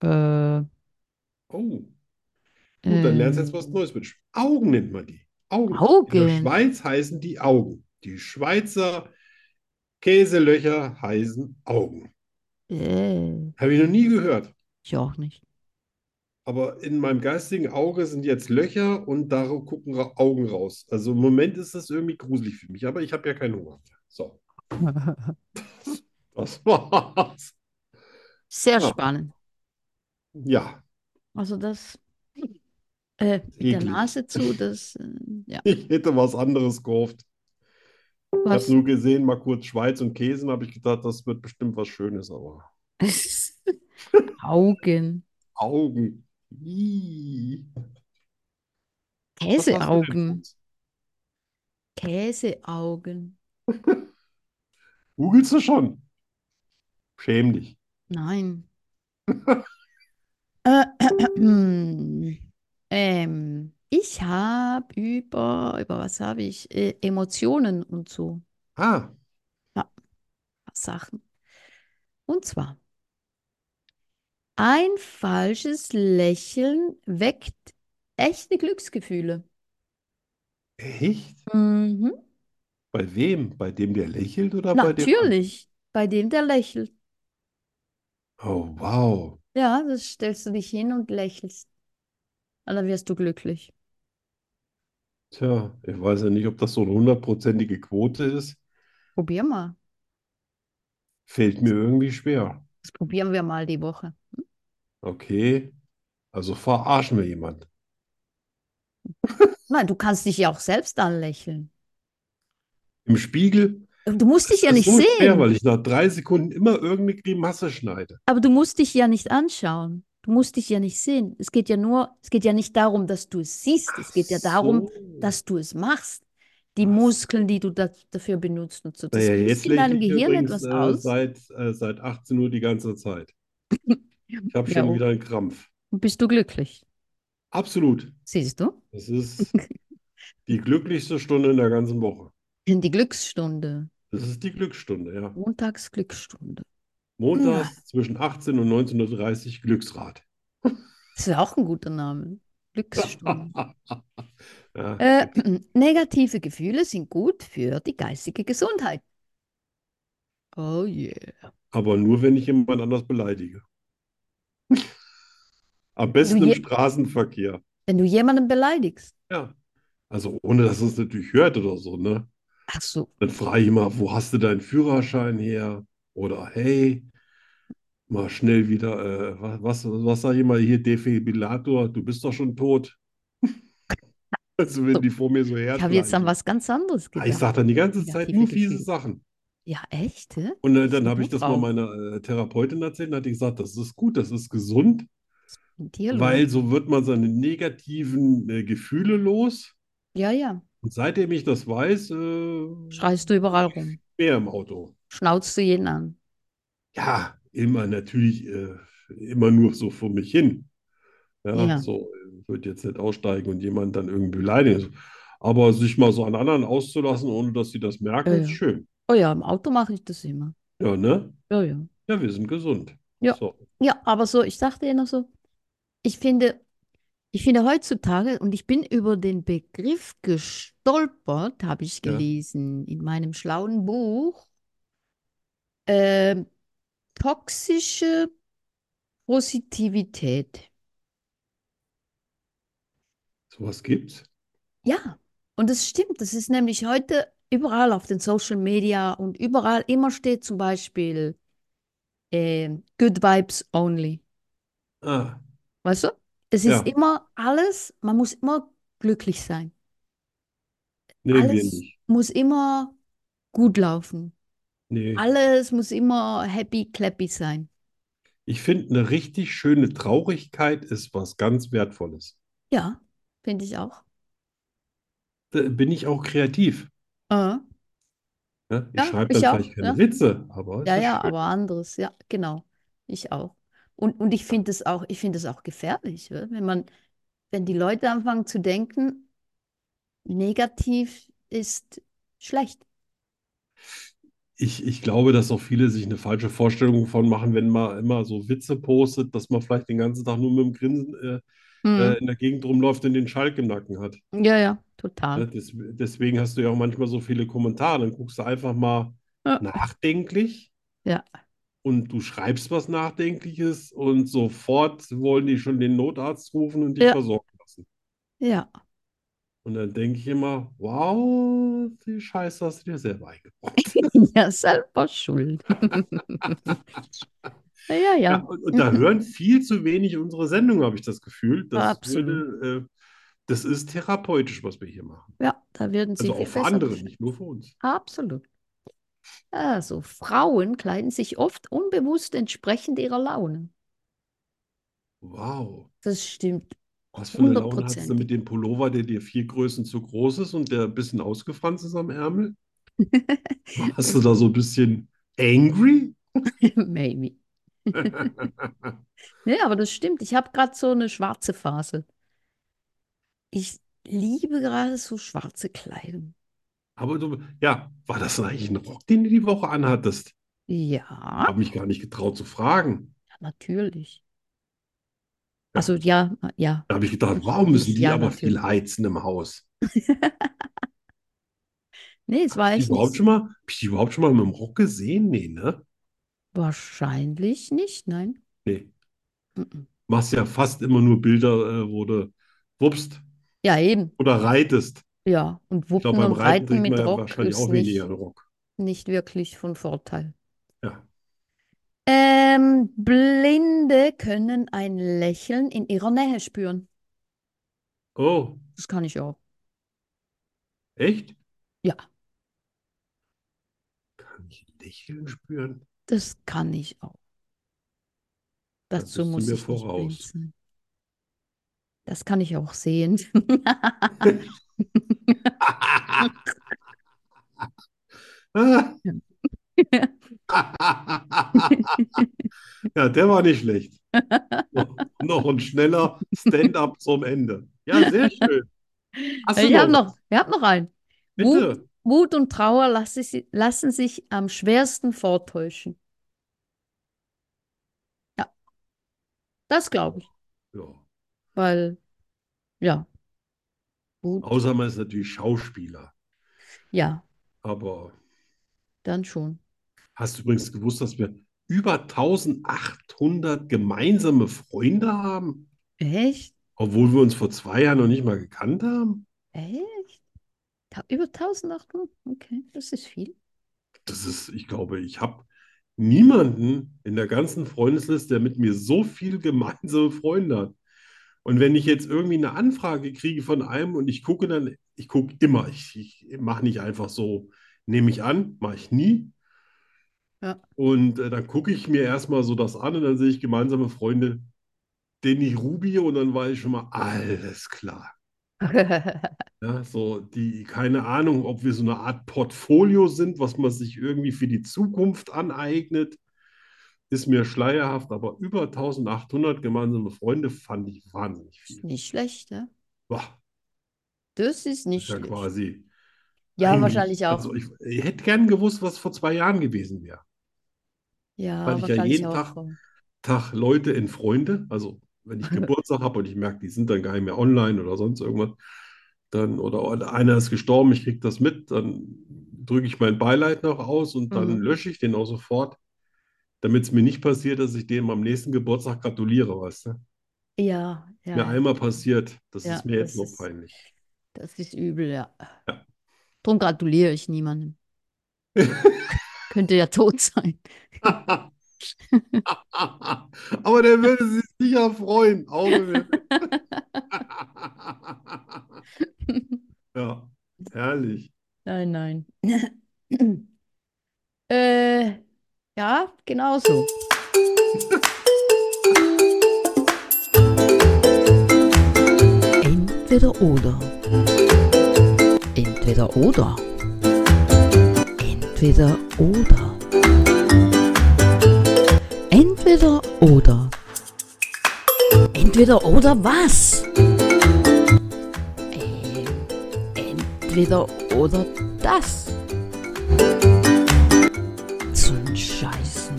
A: Äh,
B: Oh, gut, dann lernst du
A: ähm,
B: jetzt was Neues mit. Sch- Augen nennt man die. Augen. In
A: Mm.
B: der
A: Augen.
B: Schweiz heißen die Augen. Die Schweizer Käselöcher heißen Augen.
A: Äh,
B: Habe ich noch nie gehört.
A: ich äh, auch nicht.
B: Aber in meinem geistigen Auge sind jetzt Löcher und da gucken ra Augen raus. Also im Moment ist das irgendwie gruselig für mich, aber ich habe ja keinen Hunger. So, das war's.
A: Sehr
B: Ja.
A: spannend.
B: Ja,
A: Also das äh, mit der
B: Eklig.
A: Nase zu, das äh, ja.
B: ich hätte was anderes gehofft. Ich habe
A: Was?
B: nur gesehen, mal kurz Schweiz und Käsen, habe ich gedacht, das wird bestimmt was Schönes, aber
A: Augen.
B: Augen. Ii. Was hast du denn für
A: Käseaugen.
B: uns?
A: Käseaugen.
B: Googelst du schon? Schäm dich.
A: Nein. Äh, ähm, ich habe über, über was habe ich? Äh, Emotionen und so.
B: Ah,
A: Sachen. Und zwar, ein falsches Lächeln weckt echte Glücksgefühle.
B: echt?
A: Mhm.
B: Bei wem? Bei dem, der lächelt oder bei dem?
A: Natürlich, bei dem, der lächelt.
B: Oh, wow.
A: Ja, das stellst du dich hin und lächelst. Und dann wirst du glücklich.
B: Tja, ich weiß ja nicht, ob das so eine hundertprozentige Quote ist.
A: Probier mal.
B: Fällt mir irgendwie schwer.
A: Das probieren wir mal die Woche.
B: Okay, also verarschen wir jemand.
A: Nein, du kannst dich ja auch selbst anlächeln.
B: Im Spiegel
A: Du musst dich ja
B: ist
A: nicht
B: so schwer,
A: sehen,
B: weil ich nach drei Sekunden immer irgendeine Grimasse schneide.
A: aber du musst dich ja nicht anschauen. Du musst dich ja nicht sehen. Es geht ja nur, es geht ja nicht darum, dass du es siehst. Es geht ja darum,
B: So.
A: dass du es machst. Die
B: Ach so.
A: Muskeln, die du da, dafür benutzt um und so, das
B: Naja,
A: löst
B: jetzt
A: in deinem
B: lächle ich
A: Gehirn
B: übrigens
A: etwas
B: äh,
A: aus.
B: seit, äh, seit 18 Uhr die ganze Zeit. Ich habe
A: Ja,
B: schon
A: oh.
B: wieder einen Krampf.
A: Und bist du glücklich?
B: Absolut.
A: Siehst du?
B: Es ist die glücklichste Stunde in der ganzen Woche.
A: Die Glücksstunde,
B: Das ist die Glücksstunde, ja.
A: Montagsglücksstunde.
B: Montags zwischen 18 und 19.30 Uhr Glücksrad.
A: Das ist ja auch ein guter Name. Glücksstunde.
B: Ja.
A: Äh, negative Gefühle sind gut für die geistige Gesundheit. Oh yeah.
B: Aber nur, wenn ich jemand anders beleidige. Am besten im
A: je-
B: Straßenverkehr.
A: Wenn du jemanden beleidigst.
B: Ja. Also ohne, dass es natürlich hört oder so, ne?
A: Ach so,
B: Dann frage ich immer, wo hast du deinen Führerschein her? Oder hey, mal schnell wieder, äh, was, was, was sag ich immer hier, Defibrillator, du bist doch schon tot. Also wenn die vor mir so
A: ich habe jetzt an
B: herschleichen.
A: was ganz anderes
B: Ah, Ich
A: gedacht.
B: sage dann die ganze Zeit
A: Negative
B: nur fiese
A: Gefühle.
B: Sachen.
A: Ja, echt? hä?
B: Und äh,
A: Das ist
B: dann
A: eine
B: habe ich das mal
A: Frau.
B: meiner äh, Therapeutin erzählt und hat die gesagt, das ist gut, das ist gesund,
A: Mit dir los?
B: weil so wird man seine negativen äh, Gefühle los.
A: Ja, ja.
B: Und seitdem ich das weiß, äh,
A: Schreist du überall rum.
B: mehr im Auto.
A: Schnauzt du jeden an.
B: Ja, immer natürlich, äh, immer nur so vor mich hin. Ja,
A: Ja.
B: so, äh, ich würde jetzt nicht aussteigen und jemanden dann irgendwie beleidigen. Aber sich mal so an anderen auszulassen, ohne dass sie das merken,
A: Ja,
B: ist
A: ja.
B: schön.
A: Oh ja, im Auto mache ich das immer.
B: Ja, ne?
A: Ja, ja.
B: Ja, wir sind gesund.
A: Ja.
B: So.
A: Ja, aber so, ich dachte ja noch so, ich finde, ich finde heutzutage, und ich bin über den Begriff gestolpert, habe ich
B: Ja.
A: gelesen in meinem schlauen Buch, ähm, toxische Positivität.
B: Sowas gibt's.
A: Ja, und das stimmt. Das ist nämlich heute überall auf den Social Media und überall immer steht zum Beispiel ähm, Good Vibes Only.
B: Ah,
A: Weißt du? Es
B: Ja.
A: ist immer alles, man muss immer glücklich sein.
B: nee, wir
A: Alles
B: nicht.
A: muss immer gut laufen.
B: Nee.
A: Alles muss immer happy, clappy sein.
B: Ich finde, eine richtig schöne Traurigkeit ist was ganz Wertvolles.
A: Ja, finde ich auch.
B: Da bin ich auch kreativ.
A: Ah,
B: Ne? Ich
A: Ja,
B: schreibe
A: ich
B: dann
A: auch,
B: vielleicht keine
A: ja.
B: Witze, aber es
A: Ja,
B: ist
A: ja,
B: schön.
A: aber anderes. Ja, genau. Ich auch. Und, und ich finde es auch, ich finde es auch gefährlich, we? wenn man, wenn die Leute anfangen zu denken, negativ ist schlecht.
B: Ich, ich glaube, dass auch viele sich eine falsche Vorstellung davon machen, wenn man immer so Witze postet, dass man vielleicht den ganzen Tag nur mit dem Grinsen äh,
A: Hm.
B: äh, in der Gegend rumläuft und den Schalk im Nacken hat.
A: Ja, ja,
B: Ne?
A: total.
B: Des, deswegen hast du ja auch manchmal so viele Kommentare. Dann guckst du einfach mal
A: Ja.
B: nachdenklich.
A: Ja.
B: und du schreibst was Nachdenkliches und sofort wollen die schon den Notarzt rufen und dich
A: Ja.
B: versorgen lassen. Äh.
A: Ja,
B: Und dann denke ich immer, wow, die Scheiße hast du dir selber eingebrockt.
A: ja, selber schuld. Ja,
B: Ja,
A: ja, Mhm.
B: und, und da hören viel zu wenig unsere Sendung, habe ich das Gefühl. Das
A: Absolut.
B: würde, äh, das ist therapeutisch, was wir hier machen.
A: ja, da werden sie
B: Also
A: viel
B: auch für
A: besser
B: andere,
A: beschützt.
B: nicht nur für uns.
A: Absolut. Also, Frauen kleiden sich oft unbewusst entsprechend ihrer Laune.
B: Wow.
A: Das stimmt
B: Was für eine Laune hattest du
A: hundertprozentig.
B: mit dem Pullover, der dir vier Größen zu groß ist und der ein bisschen ausgefranst ist am Ärmel? Warst du da so ein bisschen angry?
A: Maybe. Nee, aber das stimmt. Ich habe gerade so eine schwarze Phase. Ich liebe gerade so schwarze Kleidung.
B: Aber du, ja, war das denn eigentlich ein Rock, den du die Woche anhattest?
A: Ja,
B: Habe mich gar nicht getraut zu fragen.
A: natürlich.
B: Ja.
A: Also, ja, ja.
B: Da habe ich gedacht, wow, müssen die
A: Ja,
B: aber viel
A: natürlich.
B: heizen im Haus.
A: Nee, es war
B: Hab ich
A: echt
B: überhaupt
A: nicht.
B: schon mal, hab ich die überhaupt schon mal mit dem Rock gesehen? Nee, ne?
A: Wahrscheinlich nicht, nein.
B: Nee.
A: Mhm.
B: Machst ja fast immer nur Bilder, äh, wo du wuppst
A: Ja, eben.
B: oder reitest.
A: Ja, und
B: Ich glaube,
A: Wuppen
B: beim
A: und
B: Reiten
A: Reiten
B: trägt
A: mit
B: man ja
A: Rock
B: wahrscheinlich
A: ist
B: auch weniger
A: nicht,
B: einen Rock.
A: nicht wirklich von Vorteil.
B: Ja.
A: Ähm, Blinde können ein Lächeln in ihrer Nähe spüren.
B: Oh,
A: Das kann ich auch.
B: echt?
A: Ja,
B: Kann ich ein Lächeln spüren?
A: das kann ich auch.
B: Da
A: Dazu
B: bist du
A: muss
B: mir
A: ich nicht blind
B: voraus.
A: sein. Das kann ich auch sehen.
B: Ja, der war nicht schlecht. Noch, noch ein schneller Stand-up zum Ende. Ja, sehr schön. Hast du
A: Also, Ich habe
B: noch
A: noch, ich hab noch einen.
B: was?
A: Wut,
B: Bitte.
A: Wut und Trauer lassen, si- lassen sich am schwersten vortäuschen. Ja, das glaube ich,
B: Ja.
A: weil, ja, Gut,
B: Außer man ist natürlich Schauspieler.
A: ja,
B: Aber
A: dann schon.
B: hast du übrigens gewusst, dass wir über 1800 gemeinsame Freunde haben,
A: Echt?
B: obwohl wir uns vor zwei Jahren noch nicht mal gekannt haben?
A: Echt? Ta über 1800? Okay, das ist viel.
B: Das ist, ich glaube, ich habe niemanden in der ganzen Freundesliste, der mit mir so viel gemeinsame Freunde hat. Und wenn ich jetzt irgendwie eine Anfrage kriege von einem und ich gucke dann, ich gucke immer, ich, ich mache nicht einfach so, nehme ich an, mache ich nie.
A: Ja.
B: Und äh, dann gucke ich mir erstmal so das an und dann sehe ich gemeinsame Freunde, Denny Rubi und dann war ich schon mal, alles klar. Ja, so die, keine Ahnung, ob wir so eine Art Portfolio sind, was man sich irgendwie für die Zukunft aneignet, ist mir schleierhaft, aber über 1800 gemeinsame Freunde fand ich wahnsinnig viel.
A: Nicht schlecht, ja?
B: Boah,
A: Das ist
B: das
A: nicht
B: ist ja
A: schlecht.
B: quasi.
A: Ja,
B: eigentlich-
A: wahrscheinlich auch.
B: Also ich, ich hätte gern gewusst, was vor zwei Jahren gewesen wäre.
A: Ja,
B: weil ich ja
A: wahrscheinlich
B: jeden
A: auch.
B: Tag-
A: ähm,
B: Tag Leute in Freunde, also wenn ich Geburtstag habe und ich merke, die sind dann gar nicht mehr online oder sonst irgendwas, dann oder, oder einer ist gestorben, ich kriege das mit, dann drücke ich mein Beileid noch aus und dann
A: Mhm.
B: lösche ich den auch sofort, damit es mir nicht passiert, dass ich dem am nächsten Geburtstag gratuliere, weißt du?
A: Ja,
B: Mir
A: ja,
B: einmal passiert, das
A: Ja,
B: ist mir jetzt
A: das
B: noch
A: ist-
B: peinlich.
A: das ist übel, ja. Drum gratuliere ich niemandem. Könnte ja tot sein.
B: Aber der würde sich sicher freuen, Auge mir. Ja, herrlich.
A: Nein, nein. Äh, ja, genau so.
C: Entweder oder. Entweder oder. Entweder oder. Entweder oder. Entweder oder was? Ähm, Entweder oder das. Zum Scheißen.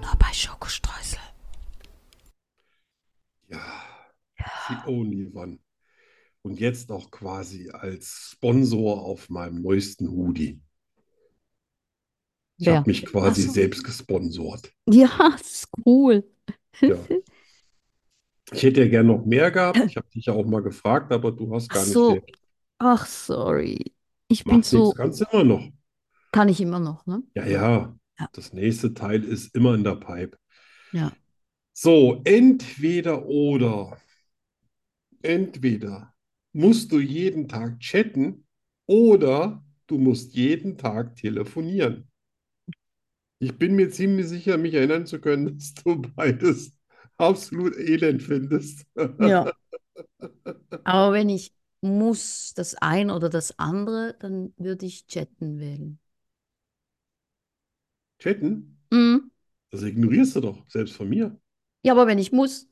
C: Nur bei Schokostreusel.
B: Ja, the only one. Und jetzt auch quasi als Sponsor auf meinem neuesten Hoodie. Ich
A: Wer?
B: habe mich quasi
A: Ach so.
B: selbst gesponsort.
A: Ja, das ist cool.
B: Ja. Ich hätte ja gern noch mehr gehabt. Ich habe dich ja auch mal gefragt, aber du hast gar
A: Ach
B: nicht
A: so.
B: mehr.
A: Ach, sorry. Ich bin
B: Macht nichts,
A: so,
B: kannst immer noch.
A: kann ich immer noch, ne?
B: Ja, ja.
A: Ja.
B: Das nächste Teil ist immer in der Pipe.
A: Ja.
B: So, entweder oder. Entweder musst du jeden Tag chatten oder du musst jeden Tag telefonieren. Ich bin mir ziemlich sicher, mich erinnern zu können, dass du beides absolut elend findest.
A: Ja. Aber wenn ich muss, das ein oder das andere, dann würde ich chatten wählen.
B: Chatten?
A: Mhm.
B: Das ignorierst du doch, selbst von mir.
A: Ja, aber wenn ich muss,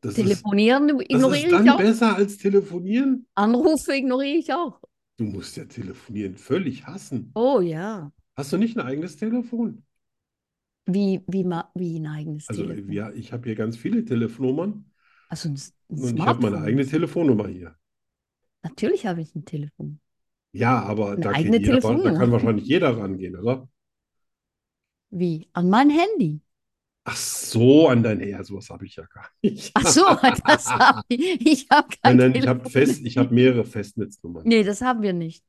B: Das ist,
A: telefonieren
B: das
A: ignoriere
B: ist
A: ich
B: dann
A: auch.
B: besser als telefonieren.
A: Anrufe ignoriere ich auch.
B: Du musst ja telefonieren völlig hassen.
A: Oh ja.
B: Hast du nicht ein eigenes Telefon?
A: Wie, wie, ma- wie ein eigenes
B: Also,
A: Telefon.
B: ja, ich habe hier ganz viele Telefonnummern.
A: Also ein, S- ein
B: Und ich habe meine
A: Smartphone.
B: eigene Telefonnummer hier.
A: Natürlich habe ich ein Telefon.
B: Ja, aber
A: Eine
B: da
A: eigene
B: geht jeder, da
A: Telefonnummer.
B: kann wahrscheinlich jeder rangehen, oder?
A: Wie? An mein Handy.
B: Ach so, an dein Herr, sowas habe ich ja gar nicht.
A: Ach so, das habe ich. Ich habe kein
B: Nein, nein, ich habe
A: Telefon.
B: fest, ich habe mehrere Festnetznummern.
A: Nee, das haben wir nicht.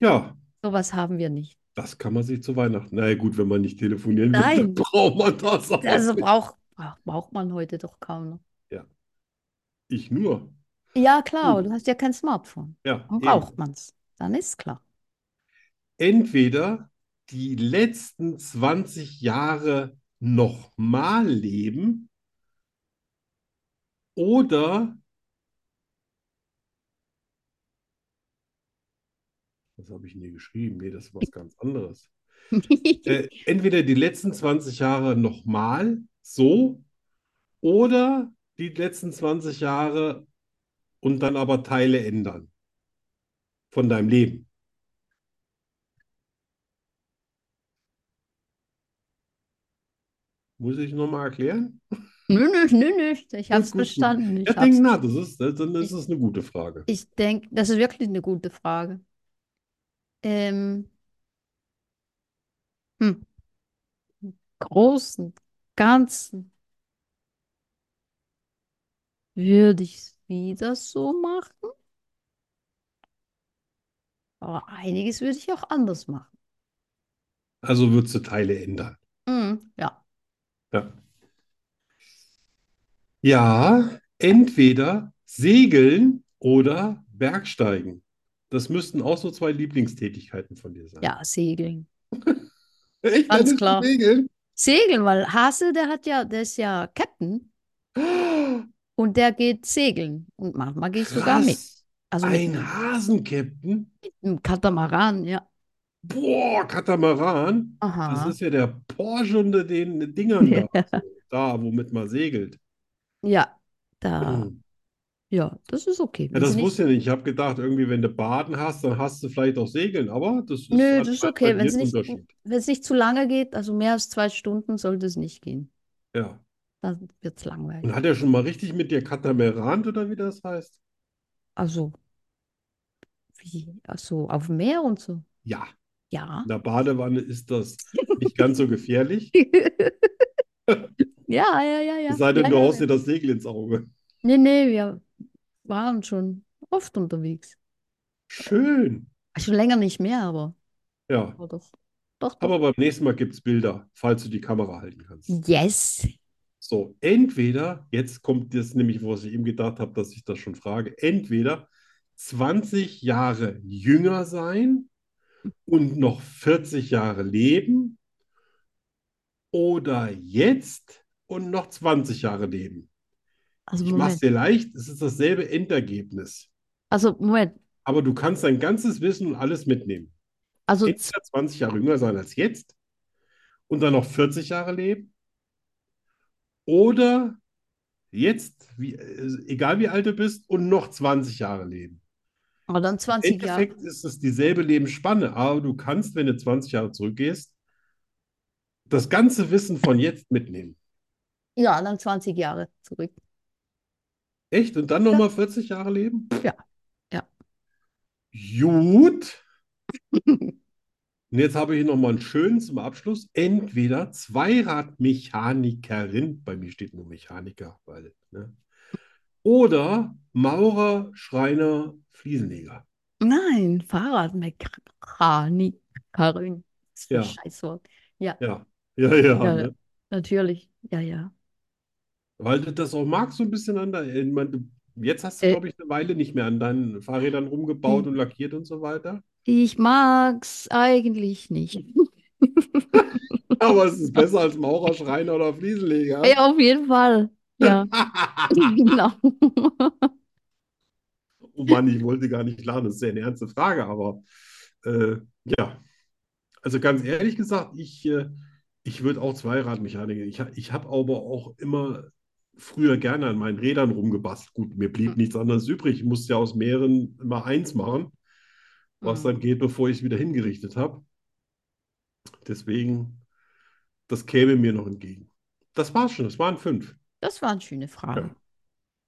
B: Ja,
A: Sowas haben wir nicht.
B: das kann man sich zu Weihnachten. Na ja, gut, wenn man nicht telefonieren will,
A: Nein.
B: dann braucht man das auch.
A: Also
B: nicht.
A: braucht, braucht, braucht man heute doch kaum noch.
B: Ich nur.
A: Ja, klar, aber
B: Hm.
A: du hast ja kein Smartphone.
B: Ja,
A: Dann
B: eben.
A: braucht man es. Dann ist klar.
B: Entweder die letzten 20 Jahre nochmal leben oder Was habe ich denn hier geschrieben? Nee, das ist was ganz anderes. Äh, entweder die letzten 20 Jahre nochmal so oder die letzten 20 Jahre und dann aber Teile ändern von deinem Leben. Muss ich nochmal erklären?
A: Nö, nö, nö, nö. Ich habe
B: Alles
A: es
B: gut.
A: verstanden. Ich
B: Ja,
A: hab's.
B: denk, na, das ist, das, dann ist das eine gute Frage.
A: Ich denke, das ist wirklich eine gute Frage. Ähm, hm, im großen, ganzen würde ich es wieder so machen, aber einiges würde ich auch anders machen.
B: Also würdest du Teile ändern.
A: Mhm, ja.
B: Ja. Ja, entweder segeln oder Bergsteigen. Das müssten auch so zwei Lieblingstätigkeiten von dir sein.
A: Ja, segeln.
B: Echt,
A: ganz
B: würdest du
A: klar.
B: Segeln?
A: Segeln, weil Hase, der hat ja, der ist ja Captain und der geht segeln. Und manchmal gehe ich sogar mit.
B: Krass.
A: Also mit
B: Ein Hasenkapitän?
A: einem Katamaran, ja.
B: Boah, Katamaran. Das
A: Aha.
B: ist ja der Porsche unter den Dingern da. So, da, womit man segelt.
A: Ja,
B: Ja,
A: da, ja, Ah, das ist okay. Wenn sie
B: das
A: nicht,
B: wusste ich nicht. Ich habe gedacht, irgendwie, wenn du Baden hast, dann hast du vielleicht auch Segeln. Aber das ist
A: nö, das ist
B: anscheinend bei
A: okay, wenn
B: dir
A: es
B: ein
A: nicht,
B: Unterschied.
A: wenn es nicht zu lange geht, also mehr als zwei Stunden sollte es nicht gehen.
B: Ja.
A: Dann wird es langweilig.
B: Und hat er schon mal richtig mit dir Katamaran oder wie das heißt?
A: Also, wie, also auf dem Meer und so.
B: Ja,
A: Ja.
B: in der Badewanne ist das nicht ganz so gefährlich.
A: Ja, ja, ja,
B: Es
A: ja.
B: sei denn,
A: Ja,
B: du
A: ja,
B: haust
A: ja.
B: dir das Segel ins Auge.
A: Nee, nee, wir waren schon oft unterwegs.
B: Schön.
A: Schon länger nicht mehr, aber,
B: Ja.
A: aber doch. Doch, doch.
B: Aber beim nächsten Mal gibt es Bilder, falls du die Kamera halten kannst.
A: Mhm. Yes.
B: So, entweder, jetzt kommt das nämlich, was ich eben gedacht habe, dass ich das schon frage, entweder 20 Jahre jünger sein und noch 40 Jahre leben oder jetzt und noch 20 Jahre leben.
A: Also,
B: Ich mache es
A: Moment.
B: dir leicht, es ist dasselbe Endergebnis,
A: Also, Moment.
B: aber du kannst dein ganzes Wissen und alles mitnehmen.
A: Also, z-
B: Entweder 20 Jahre jünger sein als jetzt und dann noch 40 Jahre leben oder... jetzt, wie, äh, egal wie alt du bist, und noch 20 Jahre leben.
A: aber dann
B: Im
A: 20 Jahre.
B: Endeffekt ist es dieselbe Lebensspanne, aber du kannst, wenn du 20 Jahre zurückgehst, das ganze Wissen von jetzt mitnehmen.
A: Ja, dann 20 Jahre zurück.
B: Echt? Und dann
A: Ja.
B: nochmal 40 Jahre leben?
A: Ja, ja.
B: Gut. Und jetzt habe ich nochmal einen schönen zum Abschluss. Entweder Zweiradmechanikerin, bei mir steht nur Mechaniker, weil, ne? Oder Maurer, Schreiner, Fliesenleger.
A: Nein, Fahrradmechanikerin. Das ist ein
B: Ja,
A: Scheißwort. Ja,
B: ja, ja, ja.
A: ja,
B: Ne?
A: natürlich. Ja, ja.
B: Weil du das auch magst, so ein bisschen an dein, ich meine, du, jetzt hast du,
A: Äh, Hm.
B: glaube ich, eine Weile nicht mehr an deinen Fahrrädern rumgebaut und lackiert und so weiter.
A: Ich mag's eigentlich nicht.
B: Aber es ist besser als Maurer, Schreiner oder Fliesenleger.
A: Ja, auf jeden Fall. Ja, genau.
B: Oh Mann, ich wollte gar nicht lachen, das ist ja eine ernste Frage, aber äh, ja. Also ganz ehrlich gesagt, ich, äh, ich würde auch Zweiradmechaniker. Ich, ha- ich habe aber auch immer früher gerne an meinen Rädern rumgebastelt. Gut, mir
A: Hm.
B: blieb nichts anderes übrig. Ich musste ja aus mehreren immer eins machen, was dann
A: Mhm.
B: geht, bevor ich es wieder hingerichtet habe. Deswegen, das käme mir noch entgegen. Das war's schon, das waren fünf.
A: Das waren schöne
B: Ja,
A: Fragen.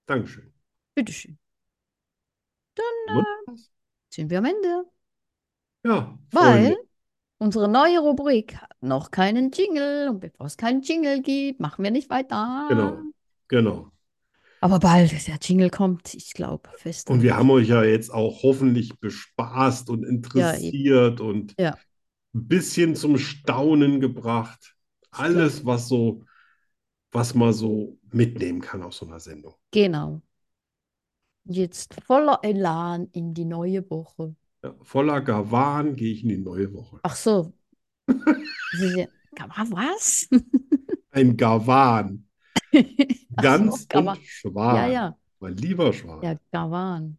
B: Dankeschön.
A: Bitteschön. Dann
B: Wunderbar.
A: äh, sind wir am Ende,
B: Ja,
A: weil
B: Freunde,
A: unsere neue Rubrik hat noch keinen Jingle. Und bevor es keinen Jingle gibt, machen wir nicht weiter.
B: genau, genau.
A: Aber bald, dass der Jingle kommt, ich glaube fest
B: Und
A: daran.
B: wir haben euch ja jetzt auch hoffentlich bespaßt und
A: Ja, eben.
B: interessiert und
A: Ja,
B: ein bisschen zum Staunen gebracht.
A: stimmt.
B: Alles, was so, was man so mitnehmen kann aus so einer Sendung.
A: Genau. Jetzt voller Elan in die neue Woche.
B: Ja, voller Gavan gehe ich in die neue Woche.
A: Ach so, das ist ja, kann man was?
B: Ein Gavan,
A: Ach so,
B: Gans
A: kann
B: und
A: man. Ja,
B: Schwan,
A: ja,
B: mein lieber Schwan.
A: ja, Gawan,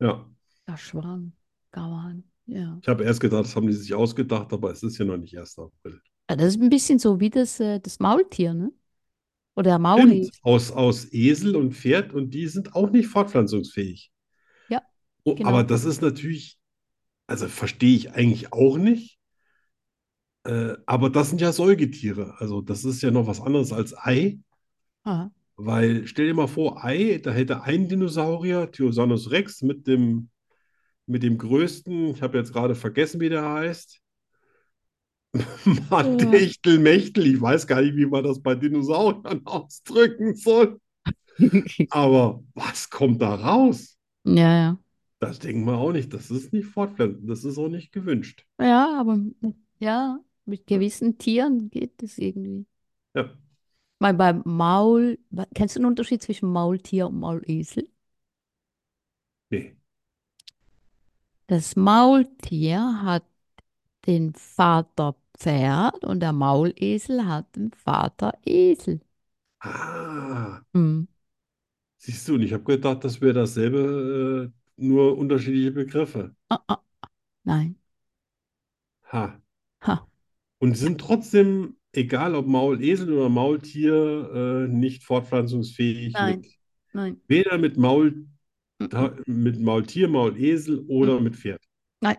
B: Ja,
A: ja, Schwan, Gawan, ja.
B: ich habe erst gedacht, das haben die sich ausgedacht, aber es ist ja noch nicht 1. April.
A: Ja, das ist ein bisschen so wie das, äh, das Maultier, ne? Oder
B: Stimmt,
A: Mauli.
B: aus, aus Esel und Pferd und die sind auch nicht fortpflanzungsfähig.
A: Ja,
B: Oh, aber
A: genau.
B: das ist natürlich, also verstehe ich eigentlich auch nicht. Äh, aber das sind ja Säugetiere. Also das ist ja noch was anderes als Ei.
A: Aha.
B: Weil stell dir mal vor, Ei, da hätte ein Dinosaurier, Tyrannosaurus Rex, mit dem, mit dem größten, ich habe jetzt gerade vergessen, wie der heißt,
A: Oh.
B: Machtelmächtel, ich weiß gar nicht, wie man das bei Dinosauriern ausdrücken soll.
A: Ah.
B: Aber was kommt da raus?
A: Ja, ja.
B: Das denken wir auch nicht. Das ist nicht fortpflanzend, das ist auch nicht gewünscht.
A: Ja, aber mit- ja, mit gewissen Tieren geht es irgendwie.
B: Ja.
A: Weil beim Maul, wa- kennst du den Unterschied zwischen Maultier und Maulesel?
B: Nee.
A: Das Maultier hat den Vater Pferd und der Maulesel hat den Vater Esel.
B: Ah,
A: Hm.
B: siehst du, und ich habe gedacht, das wäre dasselbe, äh, nur unterschiedliche Begriffe.
A: Ah, ah. Nein.
B: Ha.
A: Ha.
B: Und sind trotzdem, egal ob Maulesel oder Maultier, äh, nicht fortpflanzungsfähig
A: Nein.
B: mit,
A: Nein.
B: weder mit Maul,
A: Mm, mm.
B: mit Maultier, Maulesel
A: Mhm.
B: oder mit Pferd.
A: Nein,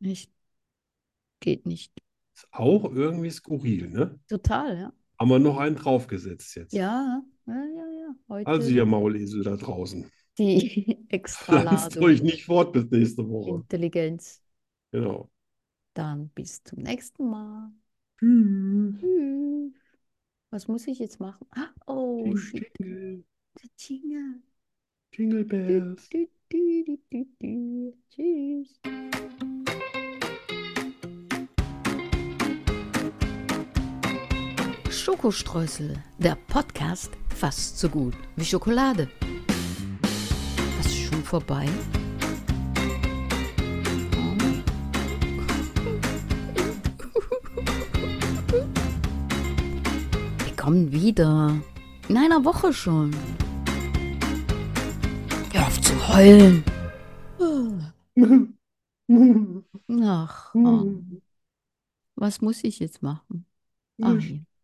A: nicht. Geht nicht.
B: Ist auch irgendwie skurril, ne?
A: Total, ja.
B: Haben wir noch einen draufgesetzt jetzt.
A: Ja, ja, ja, ja.
B: Also,
A: Heute
B: ihr Maulesel da draußen,
A: die
B: pflanzt
A: Extraladung
B: euch nicht fort bis nächste Woche.
A: Intelligenz.
B: Genau.
A: Dann bis zum nächsten Mal.
B: Tschüss.
A: Hm. Was muss ich jetzt machen? Ah, Oh,
B: Jing-
A: shit.
B: Jingle,
A: Der Jingle.
B: Jingle
A: Du,
B: Bells.
A: du, du, du, du, du. Tschüss.
C: Schokostreusel, der Podcast fast so gut wie Schokolade. Was ist schon vorbei? Wir kommen wieder. In einer Woche schon. Hör auf zu heulen.
A: oh. Ach, ah, was muss ich jetzt machen? Ah, hier.